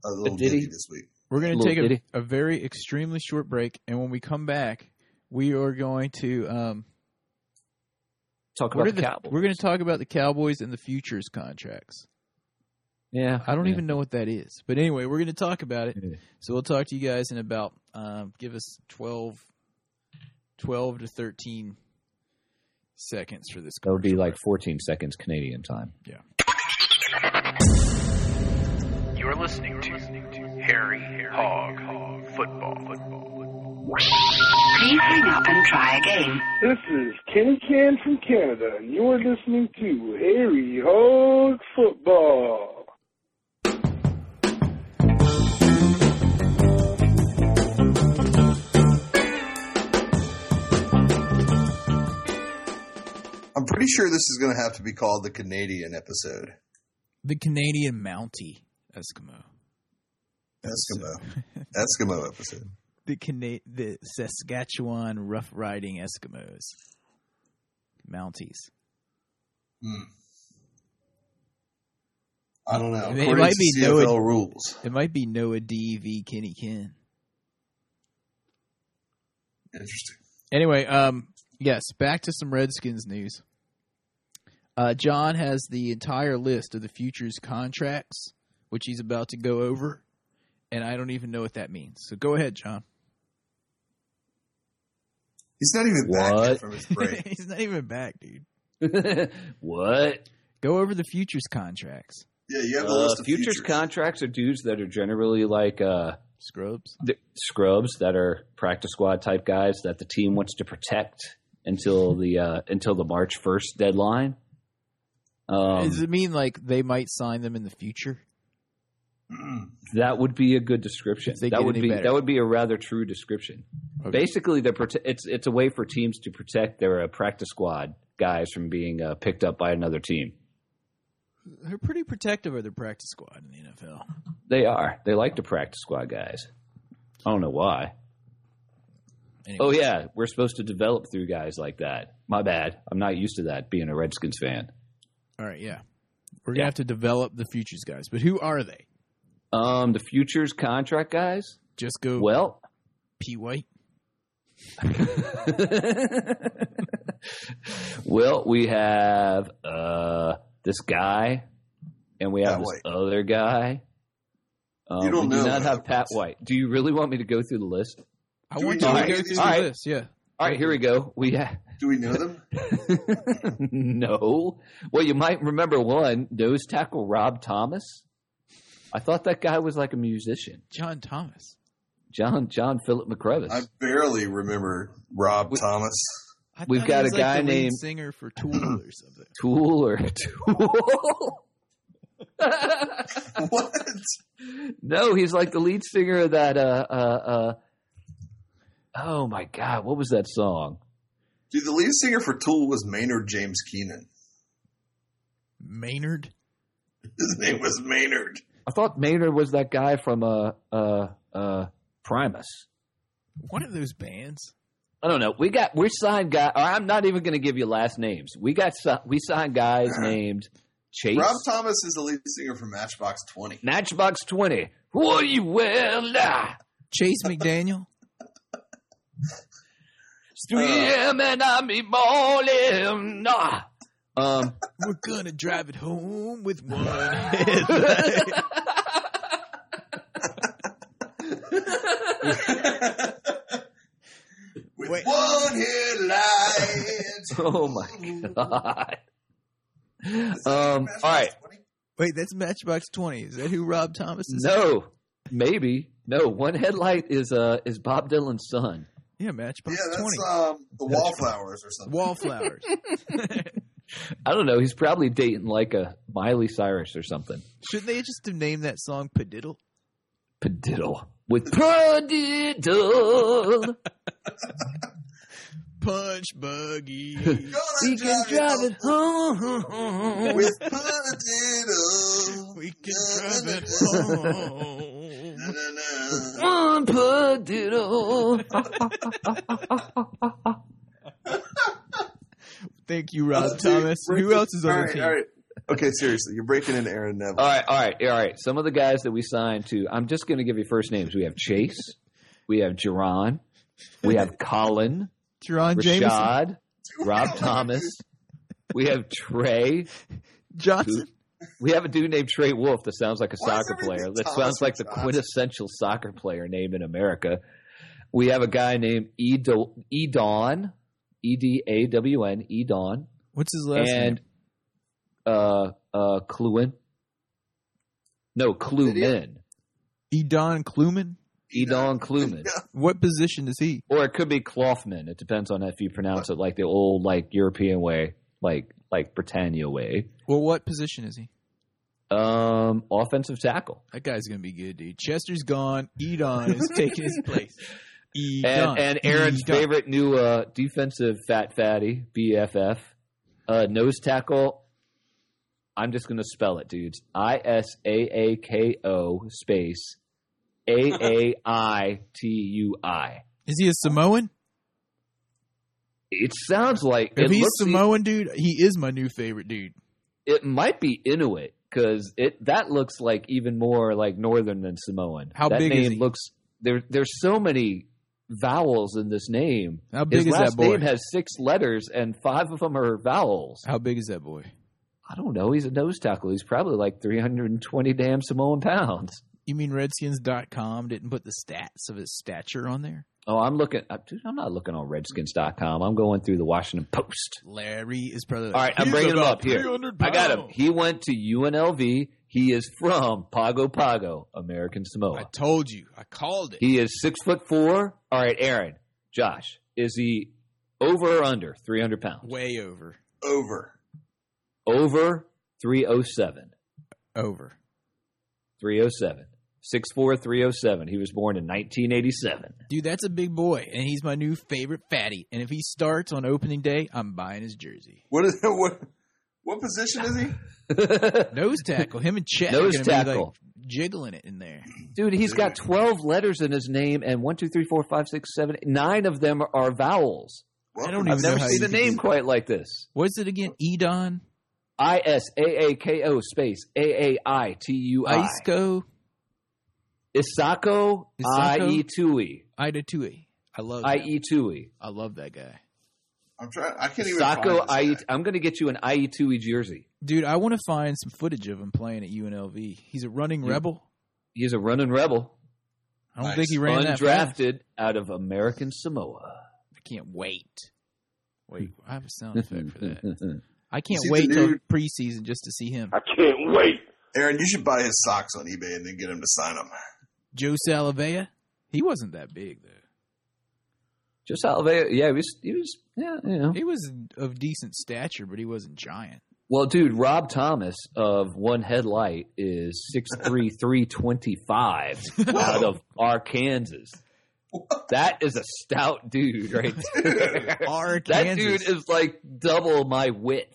a little ditty? ditty this week. We're going to Little take ditty. a, a very extremely short break, and when we come back, we are going to um, Talk what about are the, the- Cowboys. we're going to talk about the Cowboys and the futures contracts. Yeah. I don't yeah. even know what that is, but anyway, we're going to talk about it. Yeah. So we'll talk to you guys in about um, give us 12, 12 to thirteen seconds for this. That would be commercial like break. 14 seconds Canadian time. <laughs> You're listening to Harry Hog Football. Please hang up and try again. This is Kenny Can from Canada, and you're listening to Harry Hog Football. I'm pretty sure this is going to have to be called the Canadian episode. the Canadian Mountie Eskimo, Eskimo. Eskimo episode. <laughs> the Cana- the Saskatchewan Rough Riding Eskimos, Mounties. Hmm. I don't know. It According might to be CFL Noah- rules. It might be Noah D v Kenny Ken. Interesting. Anyway, um, yes, back to some Redskins news. Uh, John has the entire list of the futures contracts, which he's about to go over, and I don't even know what that means. So go ahead, John. <laughs> He's not even back What? yet from his <laughs> break. he's not even back, dude. what? Go over the futures contracts. yeah, you have a Uh, list of futures, futures. contracts are dudes that are generally like uh, Scrubs. the scrubs that are practice squad type guys that the team wants to protect until the uh, until the March first deadline. Um, Does it mean like they might sign them in the future? that would be a good description. If they That get would any be better. that would be a rather true description. Okay. Basically, they're prote- it's it's a way for teams to protect their uh, practice squad guys from being uh, picked up by another team. They're pretty protective of their practice squad in the NFL. They are. They like to practice squad guys. I don't know why. Anyway. Oh yeah, we're supposed to develop through guys like that. My bad. I'm not used to that being a Redskins fan. All right, yeah. We're Yeah. gonna have to develop the futures guys, but who are they? Um, the futures contract guys. Just go Well, P. White. well, we have uh this guy, and we have Pat this other guy. Um, You don't we know do not the have other Pat ones. White. Do you really want me to go through the list? I Do want we you to know go any of through these the guys? list. Yeah, All right, here we go. We have. Do we know them? <laughs> no. Well, you might remember one nose tackle Rob Thomas. I thought that guy was like a musician, John Thomas. John John Philip McCrevis. I barely remember Rob We- Thomas. <laughs> I We've thought got he was a like guy the lead named- singer for Tool or something. Tool or <laughs> Tool? <laughs> what? no, he's like the lead singer of that. Uh, uh, uh, oh my God, what was that song? Dude, the lead singer for Tool was Maynard James Keenan. Maynard. His name was Maynard. I thought Maynard was that guy from uh, uh, uh, Primus. One of those bands. I don't know. We got we signed guy. Or I'm not even going to give you last names. We got si- we signed guys named Chase Rob Thomas is the lead singer for Matchbox 20. Matchbox Twenty. What you will die? Chase McDaniel. Stream and I'm balling. Nah. Um, <laughs> We're gonna drive it home with one <laughs> headlight. With Wait. one headlight. oh my god. Um, <laughs> all right. Wait, that's Matchbox Twenty. Is that who Rob Thomas is? No, maybe no. One headlight is uh is Bob Dylan's son. Yeah, Yeah, Matchbox Twenty. that's um, the wallflowers or something. <laughs> Wallflowers. I don't know. He's probably dating like a Miley Cyrus or something. Shouldn't they just have named that song "Padiddle"? Padiddle with padiddle. Punch <laughs> buggy. Gonna He can drive it home <laughs> home. with potato. we can drive it home. <laughs> Na-na-na. One padiddle. Thank you, Rob Dude, Thomas. Who breaking- else is on all the right, team? all right. Okay, seriously, you're breaking into Aaron Neville. All right, all right, all right. Some of the guys that we signed to, I'm just going to give you first names. We have Chase, we have Jerron, we have Colin, Jerron Jameson, Rashad, Rob Thomas, we have Trey. Johnson. We have a dude named Trey Wolf that sounds like a Why is soccer everything player. That Thomas sounds like and the Johnson? quintessential soccer player name in America. We have a guy named E Edon, E D A W N, Edon, What's his last and name? uh uh Cluin. No, Clumin. Edon Kluman. <laughs> Edon Clumin. What position is he? Or it could be Clothman. It depends on if you pronounce it like the old like European way, like like Britannia way. Well, what position is he? Um offensive tackle. That guy's gonna be good, dude. Chester's gone. Edon is taking his place. Edon. And and Aaron's Edon. favorite new uh defensive fat fatty, BFF. Uh nose tackle. I'm just gonna spell it, dudes. I S A A K O space A A I T U I. Is he a Samoan? It sounds like If it he's looks- e-, Samoan, dude, he is my new favorite dude. it might be Inuit because it that looks like even more like northern than Samoan. How that big is name he? looks there. There's so many vowels in this name. How big His is last that boy? name has six letters and five of them are vowels. How big is that boy? I don't know. He's a nose tackle. He's probably like 320 damn Samoan pounds. You mean Redskins.com didn't put the stats of his stature on there? Oh, I'm looking. uh, Dude, I'm not looking on Redskins.com. I'm going through the Washington Post. Larry is probably. Like, All right, I'm "He's bringing him about up here. 300 I got him. pounds." He went to UNLV. He is from Pago Pago, American Samoa. I told you. I called it. He is six foot four. All right, Aaron, Josh, is he over or under 300 pounds? Way over. Over. Over 307. Over. 307. 6'4, 307. He was born in 1987. Dude, that's a big boy, and he's my new favorite fatty. And if he starts on opening day, I'm buying his jersey. What is <laughs> what? What position is he? Nose tackle. Him and Chet Nose are gonna tackle. be like jiggling it in there. <laughs> Dude, he's got 12 letters in his name, and one, two, three, four, five, six, seven, eight- nine of them are vowels. Well, don't I've even know never how seen you a could do name that. quite like this. What's it again? Edon? I S A A K O space A A I T U I. Isco? Isako E Isako? Ietui. Ida Tui. I love that. e- Ietui. I love that guy. I'm trying. I can't even. Sako, find I, E this guy. I'm going to get you an E IE2E jersey. Dude, I want to find some footage of him playing at UNLV. He's a running Yeah. rebel. He's a running rebel, I don't Nice. think he ran that fast. undrafted out of American Samoa. I can't wait. Wait, I have a sound Hmm. effect for that. <laughs> I can't Is he the wait till dude- preseason just to see him. I can't wait. Aaron, you should buy his socks on eBay and then get him to sign <laughs> them. Joe Salavea? He wasn't that big though. Just Alvea, yeah, he was, he was, yeah, you know. He was of decent stature, but he wasn't giant. Well, dude, Rob Thomas of One Headlight is six <laughs> three three twenty five out of Arkansas. That is a stout dude <laughs> right there. Arkansas. <laughs> that dude is like double my <laughs> width.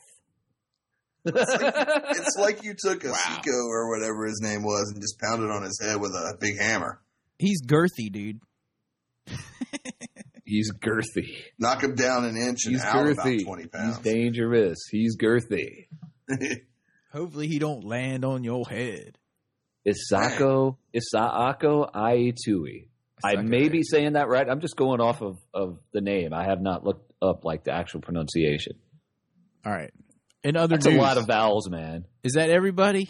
It's like you took a Seiko or whatever his name was and just pounded on his head with a big hammer. He's girthy, dude. He's girthy. Knock him down an inch and He's out about girthy. 20 He's <laughs> pounds. dangerous. He's girthy. Hopefully he don't land on your head. Isako Isaako Aitui. I may be saying that right. I'm just going off of, of the name. I have not looked up like the actual pronunciation. All right. In other That's news, a lot of vowels, man. is that everybody?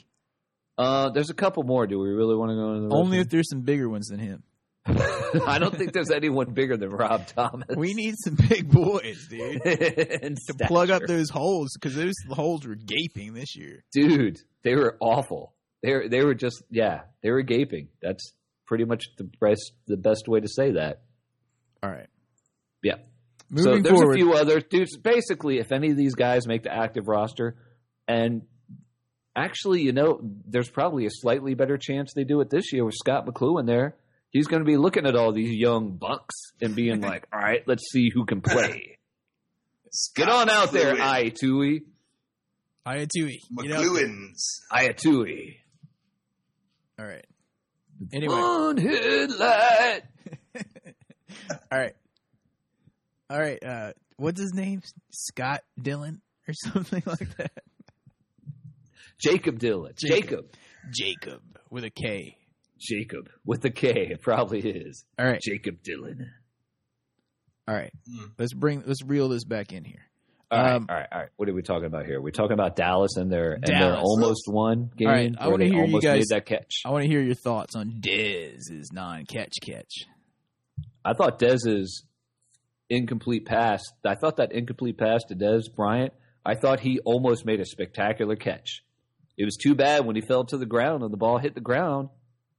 Uh, there's a couple more. Do we really want to go into the Only if there's some bigger ones than him. Russian? <laughs> I don't think there's anyone bigger than Rob Thomas. <laughs> We need some big boys, <laughs> dude. In to plug up stature. those holes because those holes were gaping this year. dude, they were awful. They they were just yeah, they were gaping. That's pretty much the best the best way to say that. All right. Yeah. so Moving there's forward, a few other dudes. Basically, if any of these guys make the active roster, and actually, you know, there's probably a slightly better chance they do it this year with Scott McLuhan there. He's going to be looking at all these young bucks <laughs> and being like, "All right, let's see who can play. Get on out there, Aitui, Ayatui. Get out there. McLuhan's. Aitui." All right. Anyway, all One headlight. <laughs> right. All right. Uh, what's his name? Scott Dillon or <laughs> something like that? Jacob Dylan. Jacob. Jacob. Jacob with a K. Jacob. With the K, it probably is. All right. Jacob Dylan. All right. Hmm. Let's bring let's reel this back in here. All right, Um, all right, all right. What are we talking about here? We're talking about Dallas and their and their Dallas. almost won game. All right, I where wanna they hear you almost guys- made that catch. I want to hear your thoughts on Dez's non-catch catch. I thought Dez's incomplete pass. I thought that incomplete pass to Dez Bryant. I thought he almost made a spectacular catch. It was too bad when he fell to the ground and the ball hit the ground.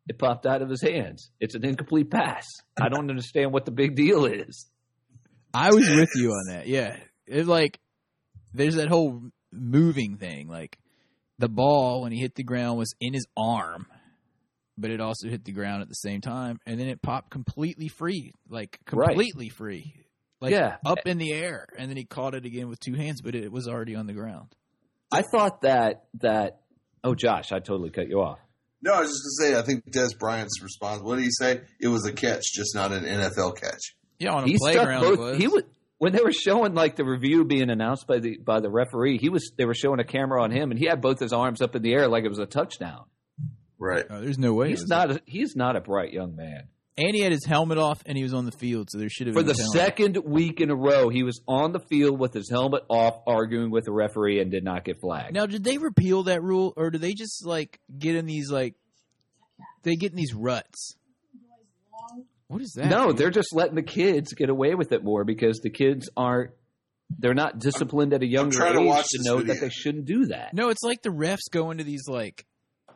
It popped out of his hands. It's an incomplete pass. I don't understand what the big deal is. I was with you <laughs> on that. Yeah. It like there's that whole moving thing like the ball when he hit the ground was in his arm but it also hit the ground at the same time and then it popped completely free like Right. completely free like Yeah. up in the air and then he caught it again with two hands but it was already on the ground. I thought that that oh Josh, I totally cut you off. No, I was just gonna say. I think Des Bryant's response. What did he say? It was a catch, just not an NFL catch. Yeah, on a He stuck playground it both. was. He was when they were showing like the review being announced by the by the referee. He was they were showing a camera on him, and he had both his arms up in the air like it was a touchdown. Right. oh, there's no way. it He's was- not a, he's not a bright young man. and he had his helmet off and he was on the field so there should have For been the a penalty. second week in a row, he was on the field with his helmet off, arguing with the referee, and did not get flagged. Now, did they repeal that rule, or do they just like get in these like they get in these ruts? What is that? no, dude? they're just letting the kids get away with it more because the kids aren't. They're not disciplined at a younger trying age to to, watch this know that video. they shouldn't do that. no. It's like the refs go into these like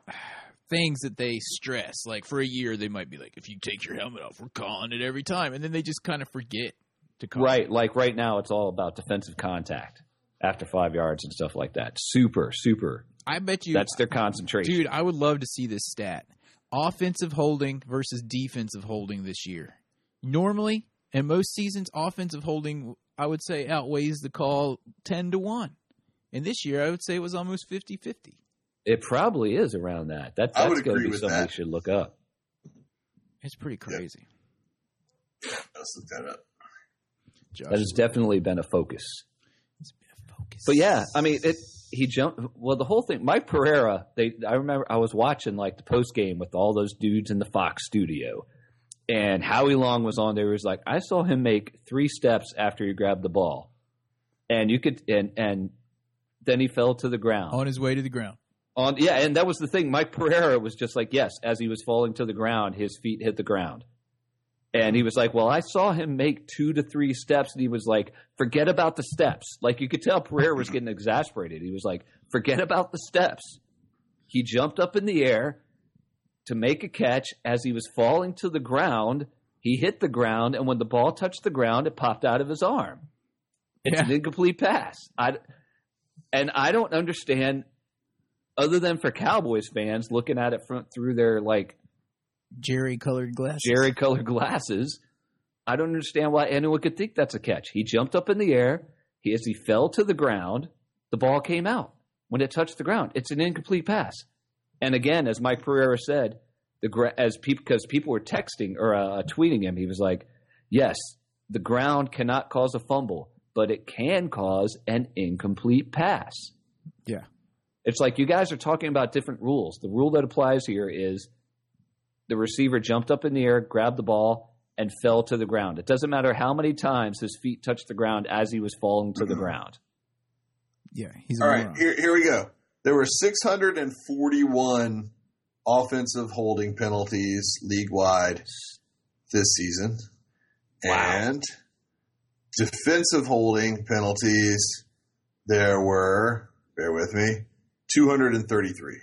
<sighs> things that they stress. Like for a year, they might be like, "If you take your helmet off, we're calling it every time," and then they just kind of forget to call. it. Right, like right now, it's all about defensive contact after five yards and stuff like that. Super, super. I bet you, That's their concentration. dude. I would love to see this stat: offensive holding versus defensive holding this year. Normally, in most seasons, offensive holding I would say outweighs the call ten to one. And this year, I would say it was almost 50 50. It probably is around that. That I would that's going agree to be with something that. we should look up. It's pretty crazy. Let's look that up. Josh, That has definitely been a focus. it's been a focus. But yeah, I mean, it. He jumped. Well, the whole thing. Mike Pereira. They. I remember I was watching like the post game with all those dudes in the Fox studio, and Howie Long was on there. He was like, I saw him make three steps after he grabbed the ball, and you could and and then he fell to the Oh, ground. on his way to the ground. On yeah, and that was the thing. Mike Pereira was just like, yes, as he was falling to the ground, his feet hit the ground. And he was like, Well, I saw him make two to three steps, and he was like, Forget about the steps. Like you could tell Pereira was getting exasperated. He was like, Forget about the steps. He jumped up in the air to make a catch as he was falling to the ground. He hit the ground, and when the ball touched the ground, it popped out of his arm. It's Yeah. an incomplete pass. I, and I don't understand, other than for Cowboys fans looking at it from through their like Jerry colored glasses. Jerry colored glasses. I don't understand why anyone could think that's a catch. He jumped up in the air. He, as he fell to the ground, the ball came out. When it touched the ground, it's an incomplete pass. And again, as Mike Pereira said, the gra- as people because people were texting or uh, tweeting him, he was like, "Yes, the ground cannot cause a fumble, but it can cause an incomplete pass." Yeah. it's like you guys are talking about different rules. The rule that applies here is the receiver jumped up in the air, grabbed the ball, and fell to the ground. It doesn't matter how many times his feet touched the ground as he was falling to the ground. Yeah, he's a All right, moron. here, here we go. There were 641 offensive holding penalties league wide this season, and defensive holding penalties. There were, bear with me, 233.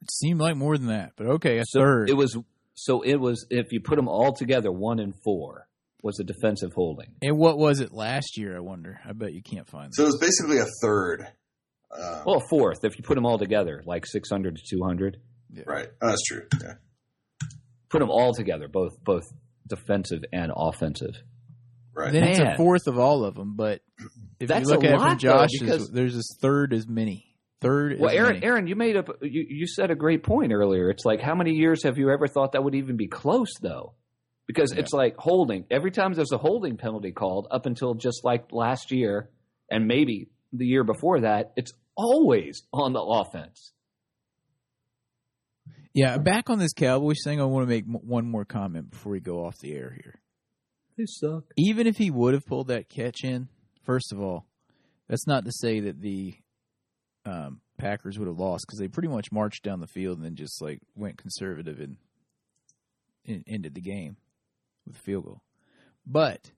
It seemed like more than that, but okay, a So third. it was so it was if you put them all together, one and four was a defensive holding. and what was it last year? I wonder. I bet you can't find that. So it's basically a third. Um, Well, a fourth if you put them all together, like six hundred to two hundred. right, Oh, that's true. Yeah. Put them all together, both both defensive and offensive. Right. Then it's a Man. fourth of all of them, but if That's you look a at it from lot, though, Josh's, because- there's this third as many. Third. Well, as Aaron, many. Aaron, you made up. You, you said a great point earlier. It's like how many years have you ever thought that would even be close, though? Because it's like holding. Every time there's a holding penalty called, up until just like last year, and maybe the year before that, it's always on the offense. Yeah, back on this Cowboys thing, I want to make m- one more comment before we go off the air here. They suck. Even if he would have pulled that catch in, first of all, that's not to say that the um, Packers would have lost because they pretty much marched down the field and then just like went conservative and, and ended the game with a field goal. But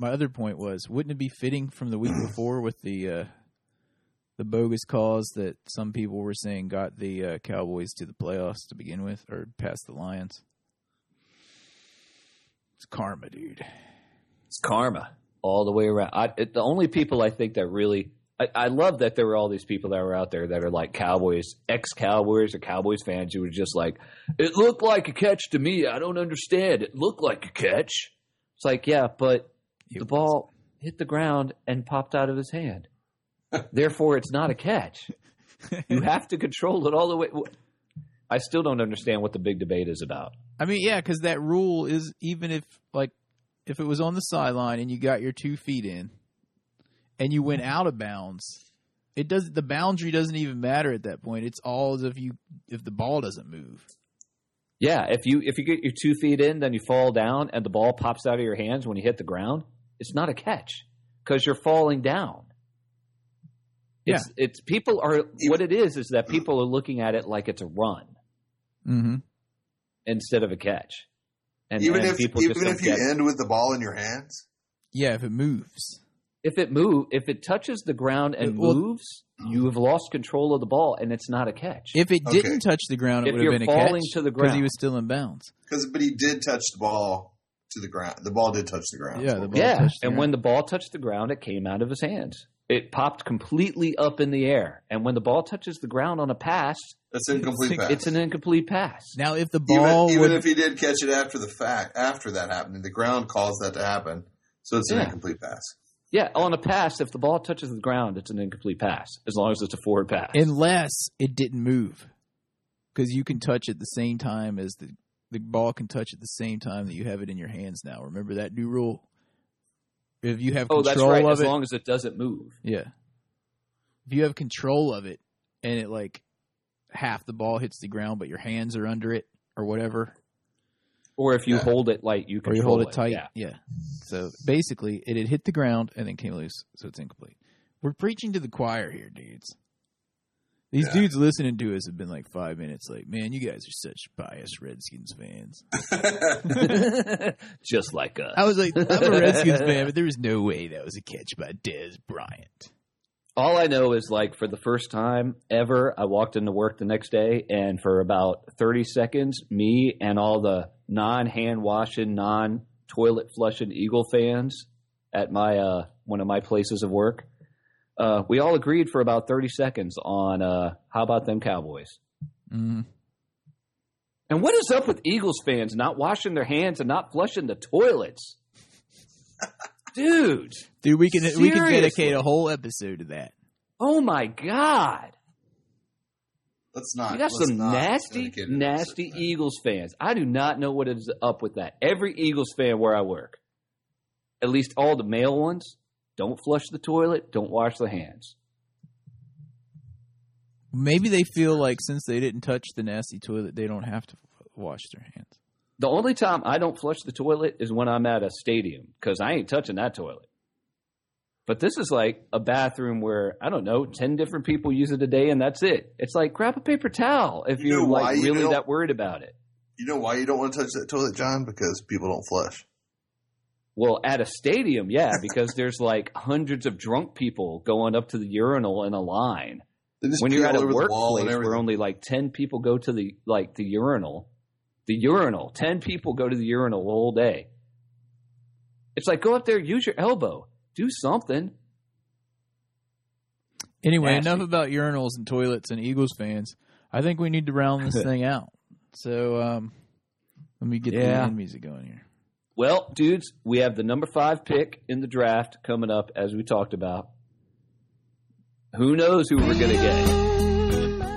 my other point was, wouldn't it be fitting from the week before with the uh, the bogus cause that some people were saying got the uh, Cowboys to the playoffs to begin with, or past the Lions? It's karma, dude. It's karma all the way around. I, it, the only people I think that really. I, I love that there were all these people that were out there that are like Cowboys, ex Cowboys or Cowboys fans who were just like, it looked like a catch to me. I don't understand. It looked like a catch. It's like, yeah, but the ball hit the ground and popped out of his hand. Therefore, it's not a catch. You have to control it all the way. I still don't understand what the big debate is about. I mean, yeah, because that rule is even if like if it was on the sideline and you got your two feet in and you went out of bounds, it does the boundary doesn't even matter at that point. It's all as if you if the ball doesn't move. Yeah, if you if you get your two feet in, then you fall down, and the ball pops out of your hands when you hit the ground. It's not a catch because you're falling down. It's, it's people are what it is is that people are looking at it like it's a run Mm-hmm. instead of a catch, and even and if people just even don't if you get it. end with the ball in your hands, Yeah, if it moves. if it move if it touches the ground and Well- moves, you have lost control of the ball, and it's not a catch. If it Okay. didn't touch the ground, it If would have you're been a catch falling to the because he ground. was still in bounds. because but he did touch the ball to the ground. The ball did touch the ground. Yeah, the ball yeah, touched the and ground. when the ball touched the ground, it came out of his hands. It popped completely up in the air, and when the ball touches the ground on a pass, that's incomplete It's- pass. It's an incomplete pass. now if the even, ball even would, if he did catch it after the fact, after that happened, the ground caused that to happen, so it's an Yeah. incomplete pass. yeah, on a pass, if the ball touches the ground, it's an incomplete pass, as long as it's a forward pass. unless it didn't move because you can touch at the same time as the the ball can touch at the same time that you have it in your hands now remember that new rule if you have oh, control that's right, of as it long as it doesn't move. yeah if you have control of it and it like half the ball hits the ground but your hands are under it or whatever Or if you Yeah. hold it light, you or control you hold it tight Yeah. so basically it had hit the ground and then came loose so it's incomplete we're preaching to the choir here dudes these Yeah. dudes listening to us have been like five minutes like man you guys are such biased redskins fans <laughs> Just like us. I was like, I'm a Redskins fan, but there was no way that was a catch by Dez Bryant. All I know is, like, for the first time ever, I walked into work the next day, and for about 30 seconds, me and all the non hand washing, non toilet flushing Eagle fans at my uh, one of my places of work, uh, we all agreed for about 30 seconds on uh, how about them Cowboys? Mm. And what is up with Eagles fans not washing their hands and not flushing the toilets? <laughs> Dude, Dude, we can we can dedicate Seriously? a whole episode to that. oh my God. Let's not. You got let's some not nasty, dedicate it to nasty e- that. Eagles fans. I do not know what is up with that. Every Eagles fan where I work, at least all the male ones, don't flush the toilet, don't wash the hands. Maybe they feel like since they didn't touch the nasty toilet, they don't have to f- wash their hands. The only time I don't flush the toilet is when I'm at a stadium because I ain't touching that toilet. But this is like a bathroom where I don't know, ten different people use it a day, and that's it. It's like grab a paper towel if You know you're why like you really don't- that worried about it. You know why you don't want to touch that toilet, John? Because people don't flush. Well, at a stadium, yeah, because there's like hundreds of drunk people going up to the urinal in a line. They just when pee you're all at a over the wall workplace and where everything. only like 10 people go to the like the urinal the urinal 10 people go to the urinal the whole day it's like go up there use your elbow do something Anyway, Nasty. enough about urinals and toilets and Eagles fans. I think we need to round <laughs> this thing out. So um, let me get the Yeah. end music going here. well dudes we have the number five pick in the draft coming up as we talked about who knows who we're gonna get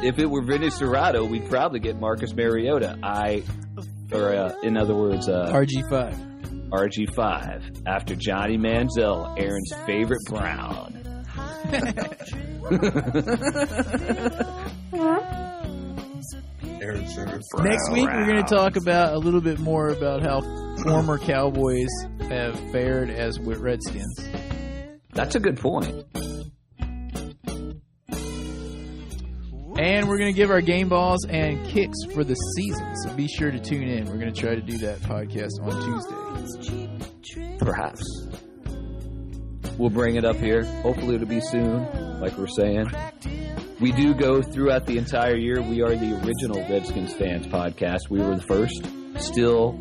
if it were Vinny Serrato, we'd probably get Marcus Mariota. I, or uh, in other words, uh, RG5. RG5 after Johnny Manziel, Aaron's favorite Brown. <laughs> Aaron Sanders, Next Brown. week, we're going to talk about a little bit more about how former Cowboys have fared as with Redskins. That's a good point. And we're going to give our game balls and kicks for the season. So be sure to tune in. We're going to try to do that podcast on Tuesday. Perhaps. We'll bring it up here. Hopefully, it'll be soon, like we're saying. We do go throughout the entire year. We are the original Redskins fans podcast. We were the first. Still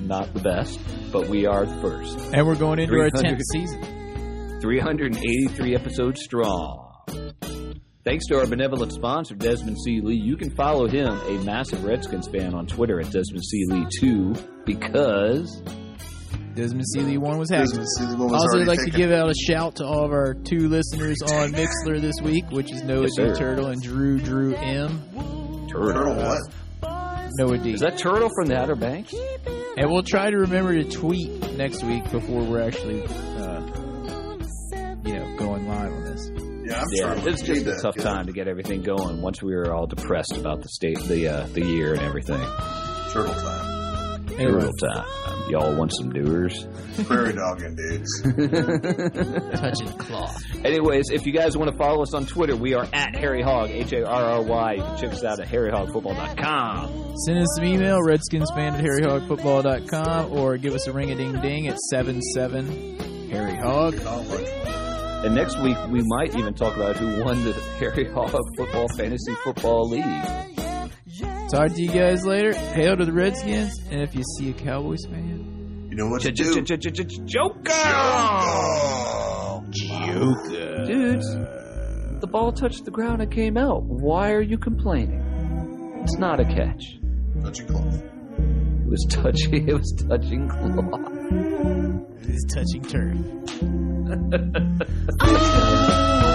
not the best, but we are the first. And we're going into our 10th 300. season. 383 episodes strong. Thanks to our benevolent sponsor, Desmond C. Lee. You can follow him, a massive Redskins fan, on Twitter at Desmond C. Lee 2 because Desmond Seeley 1 was This happy. is- this is what was Also, already I'd like taken. to give out a shout to all of our two listeners on Mixler this week, which is Noah Yes, D. sir. Turtle and Drew Drew M. Turtle, Turtle. what? Noah D. Is that Turtle from the Outer Banks? and we'll try to remember to tweet next week before we're actually, uh, you know, going live on this. Yeah, I'm Yeah, sure it's we just need a that, tough yeah. time to get everything going once we were all depressed about the state, the uh, the year, and everything. Turtle <laughs> time. Anyway, Turtle time. Y'all want some doers? Prairie dogging, dudes. <laughs> touching cloth. Anyways, if you guys want to follow us on Twitter, we are at Harry Hog, H A R R Y. You can check us out at harryhogfootball.com. Send us an email, redskinsfan at harryhogfootball.com, or give us a ring a ding ding at 77 Harry Hog. And next week, we might even talk about who won the Harry Hog Football Fantasy Football League. Talk to you guys later. Hail to the Redskins, and if you see a Cowboys fan, You know what to do. Joker! Oh, Dudes, the ball touched the ground and came out. Why are you complaining? It's not a catch. don't you call me. It was touching. <laughs> It was touching claw. it's touching turf. Oh,